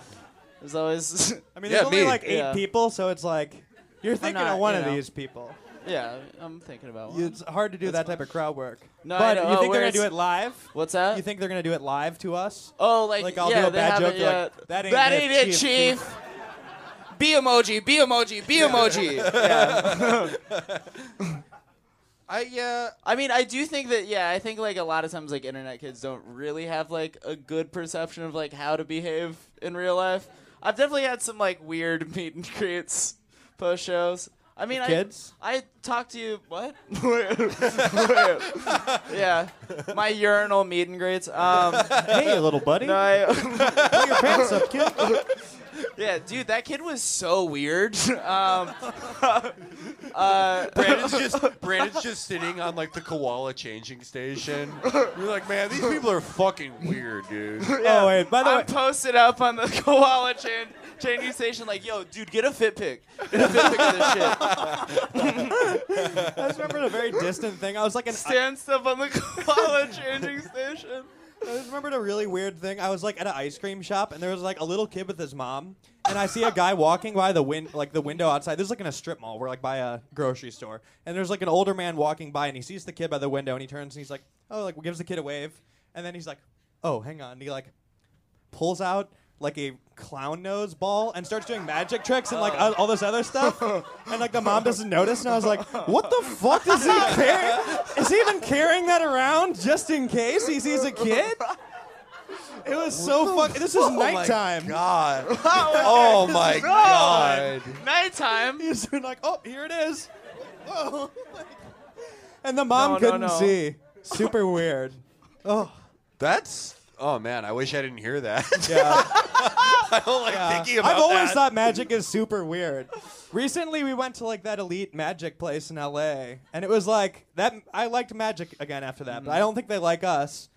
Speaker 1: There's always,
Speaker 2: I mean,
Speaker 3: Yeah,
Speaker 2: there's only
Speaker 3: me.
Speaker 2: like eight
Speaker 1: Yeah.
Speaker 2: people, so it's like you're thinking
Speaker 1: not,
Speaker 2: of one
Speaker 1: you
Speaker 2: of
Speaker 1: know.
Speaker 2: these people.
Speaker 1: yeah, I'm thinking about one.
Speaker 2: It's hard to do that type of crowd work.
Speaker 1: No, I
Speaker 2: but
Speaker 1: know.
Speaker 2: you
Speaker 1: Oh,
Speaker 2: think they're
Speaker 1: where
Speaker 2: gonna do
Speaker 1: it's-
Speaker 2: it live?
Speaker 1: What's that?
Speaker 2: You think they're gonna do it live to us?
Speaker 1: Oh, like,
Speaker 2: Like, I'll
Speaker 1: yeah,
Speaker 2: do a
Speaker 1: they
Speaker 2: bad
Speaker 1: have
Speaker 2: joke,
Speaker 1: it,
Speaker 2: they're
Speaker 1: yeah.
Speaker 2: like, "That ain't it,
Speaker 1: ain't it,
Speaker 2: Chief."
Speaker 1: chief. Bee emoji, bee emoji, bee emoji. Yeah.
Speaker 3: I yeah,
Speaker 2: uh,
Speaker 1: I mean, I do think that yeah, I think like a lot of times like internet kids don't really have like a good perception of like how to behave in real life. I've definitely had some like weird meet and greets post shows. I mean, I,
Speaker 2: kids?
Speaker 1: I talked to you. What? yeah, my urinal meet and greets. Um,
Speaker 2: hey, little buddy,
Speaker 1: no, I.
Speaker 2: pull your pants up, kid.
Speaker 1: Yeah, dude, that kid was so weird. Um, uh,
Speaker 3: Brandon's just Brandon's just sitting on like the koala changing station. You're like, man, these people are fucking weird, dude.
Speaker 2: Oh wait, by the
Speaker 1: I'm
Speaker 2: way,
Speaker 1: posted up on the koala chain changing station, like, yo, dude, get a fit pic. Get a fit pic of this shit.
Speaker 2: I just remembered a very distant thing. I was like an
Speaker 1: Stand stuff on the koala changing station.
Speaker 2: I just remembered a really weird thing. I was like at an ice cream shop, and there was like a little kid with his mom, and I see a guy walking by the win- like the window outside. This is like in a strip mall, we're like by a grocery store, and there's like an older man walking by, and he sees the kid by the window, and he turns and he's like, oh, like gives the kid a wave, and then he's like, oh, hang on, and he like pulls out like a clown nose ball and starts doing magic tricks and like all- all this other stuff and like the mom doesn't notice and i was like what the fuck is he carrying is he even carrying that around just in case he sees a kid it was so fuck. This is nighttime.
Speaker 3: God. Oh my God.
Speaker 1: Nighttime.
Speaker 2: He's been like, oh, here it is. Whoa. and the mom
Speaker 1: No, no,
Speaker 2: couldn't
Speaker 1: no.
Speaker 2: see. Super weird. Oh,
Speaker 3: That's. Oh man, I wish I didn't hear that.
Speaker 2: yeah.
Speaker 3: I don't like thinking about
Speaker 2: Uh, I've always
Speaker 3: that.
Speaker 2: thought magic is super weird. Recently, we went to like that elite magic place in L.A. and it was like that. I liked magic again after that, but I don't think they like us.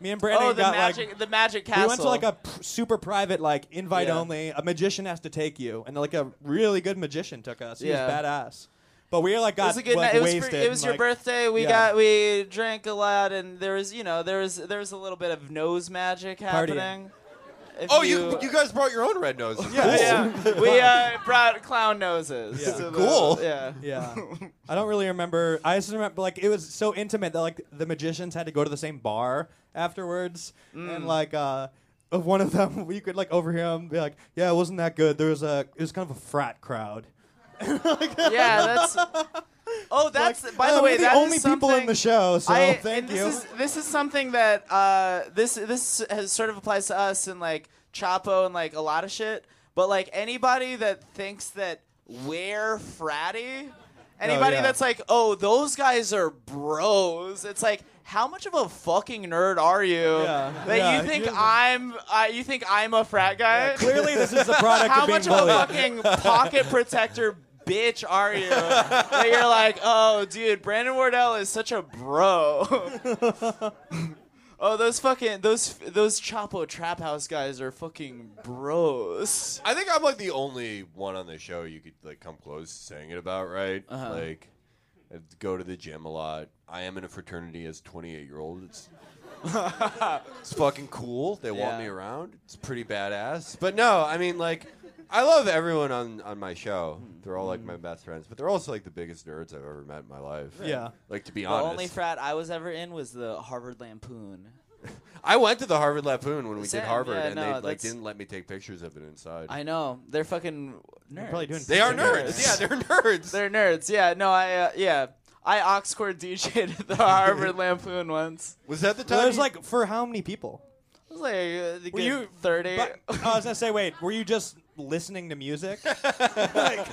Speaker 2: Me and Brandon
Speaker 1: Mm-hmm. Oh, the
Speaker 2: got
Speaker 1: magic,
Speaker 2: like.
Speaker 1: the magic castle.
Speaker 2: We went to like a p- super private, like invite
Speaker 1: Yeah.
Speaker 2: only. A magician has to take you, and like a really good magician took us. He
Speaker 1: Yeah.
Speaker 2: was badass. But we like
Speaker 1: It
Speaker 2: got
Speaker 1: was a good
Speaker 2: like,
Speaker 1: night. It was,
Speaker 2: wasted.
Speaker 1: for, it was
Speaker 2: and,
Speaker 1: your
Speaker 2: like-
Speaker 1: birthday. We
Speaker 2: yeah.
Speaker 1: got we drank a lot, and there was you know there was there was a little bit of nose magic happening. If
Speaker 3: Oh, you, you guys brought your own red noses.
Speaker 1: yeah, yeah. we uh, brought clown noses.
Speaker 2: Yeah.
Speaker 1: to the-
Speaker 3: Cool.
Speaker 1: yeah.
Speaker 2: Yeah. I don't really remember. I just remember like it was so intimate that like the magicians had to go to the same bar afterwards,
Speaker 1: Mm.
Speaker 2: and like uh, of one of them we could like overhear him be like, "Yeah, it wasn't that good. There was a it was kind of a frat crowd."
Speaker 1: Yeah, that's. Oh, that's.
Speaker 2: Like,
Speaker 1: by
Speaker 2: "Uh,
Speaker 1: the way,
Speaker 2: we're the
Speaker 1: that is
Speaker 2: only people in
Speaker 1: something-
Speaker 2: the show, so
Speaker 1: I-
Speaker 2: thank
Speaker 1: and this
Speaker 2: you.
Speaker 1: Is, this is something that uh, this this has sort of applies to us and like Chapo and like a lot of shit. But like anybody that thinks that we're fratty, anybody
Speaker 2: yeah.
Speaker 1: that's like, oh, those guys are bros. It's like, how much of a fucking nerd are you
Speaker 2: Yeah,
Speaker 1: that
Speaker 2: yeah,
Speaker 1: you think
Speaker 2: you-
Speaker 1: I'm uh, you think I'm a frat guy?
Speaker 2: Clearly, this is the product
Speaker 1: How
Speaker 2: of being
Speaker 1: much of a
Speaker 2: bullied.
Speaker 1: fucking pocket protector bitch are you that you're like, oh, dude, Brandon Wardell is such a bro. oh, those fucking those those Chapo Trap House guys are fucking bros.
Speaker 3: I think I'm like the only one on the show you could like come close to saying it about, right?
Speaker 1: Uh-huh.
Speaker 3: Like, I go to the gym a lot. I am in a fraternity as a 28 year old. It's it's fucking cool. They want
Speaker 1: Yeah.
Speaker 3: me around. It's pretty badass. But no, I mean like. I love everyone on, on my show.
Speaker 1: Hmm.
Speaker 3: They're all like my best friends, but they're also like the biggest nerds I've ever met in my life.
Speaker 2: Yeah.
Speaker 3: Like to be
Speaker 1: The
Speaker 3: honest,
Speaker 1: only frat I was ever in was the Harvard Lampoon.
Speaker 3: I went to the Harvard Lampoon when we
Speaker 1: Same,
Speaker 3: did Harvard,
Speaker 1: yeah,
Speaker 3: and
Speaker 1: no,
Speaker 3: they like
Speaker 1: that's-
Speaker 3: didn't let me take pictures of it inside.
Speaker 1: I know they're fucking nerds.
Speaker 2: probably doing
Speaker 3: they are
Speaker 2: They're
Speaker 3: nerds.
Speaker 2: nerds.
Speaker 3: Yeah, they're nerds.
Speaker 1: They're nerds. Yeah. No, I uh, yeah. I Oxcord DJ'd at the Harvard Lampoon once.
Speaker 3: Was that the
Speaker 2: Well,
Speaker 3: time?
Speaker 2: there's
Speaker 3: you-
Speaker 2: like for how many people?
Speaker 1: It was like uh, a good
Speaker 2: you-
Speaker 1: thirty.
Speaker 2: But, I was gonna say, wait, were you just listening to music? like,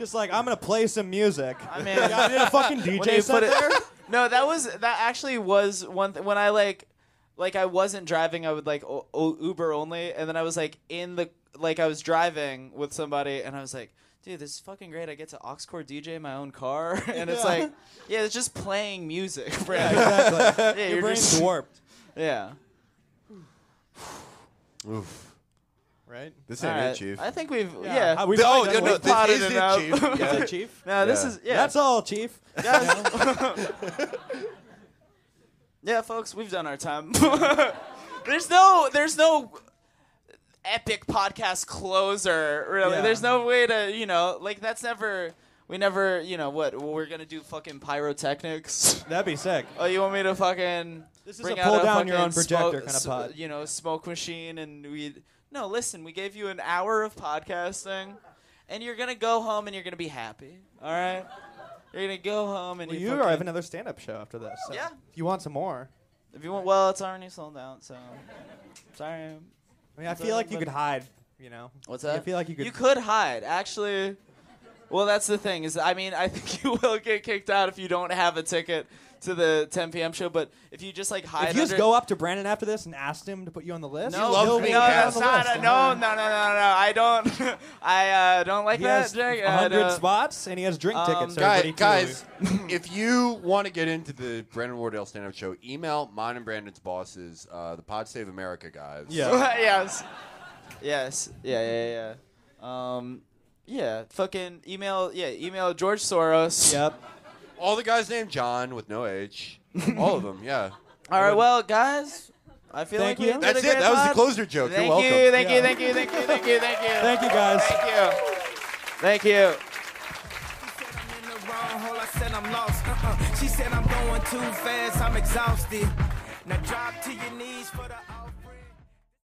Speaker 2: just like I'm gonna play some music.
Speaker 1: I mean,
Speaker 2: Yeah, I did a fucking
Speaker 1: When you
Speaker 2: DJ set
Speaker 1: put it-
Speaker 2: there.
Speaker 1: no, that was that actually was one th- when I like like I wasn't driving. I would like o- o- Uber only, and then I was like in the like I was driving with somebody, and I was like. Dude, this is fucking great. I get to Oxcore DJ in my own car, and it's
Speaker 2: Yeah.
Speaker 1: like, yeah, it's just playing music, Brad.
Speaker 2: Exactly.
Speaker 1: yeah,
Speaker 2: Your
Speaker 1: you're
Speaker 2: brain's
Speaker 1: just,
Speaker 2: warped,
Speaker 1: yeah.
Speaker 3: Oof.
Speaker 2: right?
Speaker 3: This
Speaker 1: All
Speaker 3: ain't
Speaker 1: right.
Speaker 3: it, chief.
Speaker 1: I think we've
Speaker 2: Yeah.
Speaker 1: yeah.
Speaker 2: Uh, we've
Speaker 3: No,
Speaker 2: already
Speaker 3: no,
Speaker 2: done
Speaker 3: no,
Speaker 2: with-
Speaker 3: this
Speaker 1: plotted
Speaker 3: is
Speaker 1: it
Speaker 3: it,
Speaker 1: out.
Speaker 3: chief. Yeah.
Speaker 2: Yeah, chief.
Speaker 1: No, this
Speaker 3: Yeah.
Speaker 1: is yeah.
Speaker 2: That's all, chief.
Speaker 1: Yeah, folks, we've done our time. there's no there's no epic podcast closer, really.
Speaker 2: Yeah.
Speaker 1: There's no way to, you know, like that's never we never, you know, what we're going to do fucking pyrotechnics.
Speaker 2: That'd be sick.
Speaker 1: Oh, you want me to fucking
Speaker 2: This is
Speaker 1: bring
Speaker 2: a
Speaker 1: out
Speaker 2: pull
Speaker 1: a
Speaker 2: down your
Speaker 1: fucking
Speaker 2: own projector
Speaker 1: smoke-
Speaker 2: kinda pod.
Speaker 1: s- You know, smoke machine, and we. No, listen. We gave you an hour of podcasting, and you're gonna go home and you're gonna be happy. All right, you're gonna go home and
Speaker 2: Well, you
Speaker 1: you. fucking-
Speaker 2: have another stand-up show after this. so
Speaker 1: Yeah.
Speaker 2: If you want some more,
Speaker 1: If you want, well, it's already sold out. So, sorry.
Speaker 2: I mean, I feel like you could hide. You know.
Speaker 1: What's
Speaker 2: I
Speaker 1: that?
Speaker 2: feel like you could.
Speaker 1: You could hide, actually. Well, that's the thing is, I mean, I think you will get kicked out if you don't have a ticket to the 10 p.m. show. But if you just like hide,
Speaker 2: If you just
Speaker 1: under-
Speaker 2: go up to Brandon after this and asked him to put you on the list,
Speaker 1: No,
Speaker 2: he'll
Speaker 1: no,
Speaker 2: be
Speaker 1: no,
Speaker 2: on
Speaker 1: that's
Speaker 2: the
Speaker 1: not
Speaker 2: list.
Speaker 1: a, no, no, no, no, no. I don't. I uh, don't like
Speaker 2: He
Speaker 1: that.
Speaker 2: has
Speaker 1: Jake.
Speaker 2: 100
Speaker 1: I don't-
Speaker 2: spots and he has drink
Speaker 1: um,
Speaker 2: tickets. so
Speaker 3: Guy-
Speaker 2: everybody can
Speaker 3: guys, if you want to get into the Brandon Wardell stand-up show, email mine and Brandon's bosses, uh, the Pod Save America guys.
Speaker 2: Yeah.
Speaker 1: yes. Yes. Yeah. Yeah. Yeah. Um. Yeah. Fucking email. Yeah. Email George Soros.
Speaker 2: Yep.
Speaker 3: All the guys named John with no H. All of them, yeah.
Speaker 1: All right. Well, guys, I feel
Speaker 2: Thank
Speaker 1: like
Speaker 2: you.
Speaker 1: we ended
Speaker 3: That's
Speaker 1: a
Speaker 3: it.
Speaker 1: great
Speaker 3: That was the
Speaker 1: pod.
Speaker 3: closer joke.
Speaker 1: Thank
Speaker 3: You're welcome.
Speaker 1: you. Thank
Speaker 2: Yeah.
Speaker 1: you. Thank you. Thank you. Thank you. Thank you.
Speaker 2: Thank you, guys.
Speaker 1: Thank you. Thank you.
Speaker 9: said I'm in the wrong hole. I said I'm lost. Uh-uh. She said I'm going too fast. I'm exhausted. Now drop to your knees for the.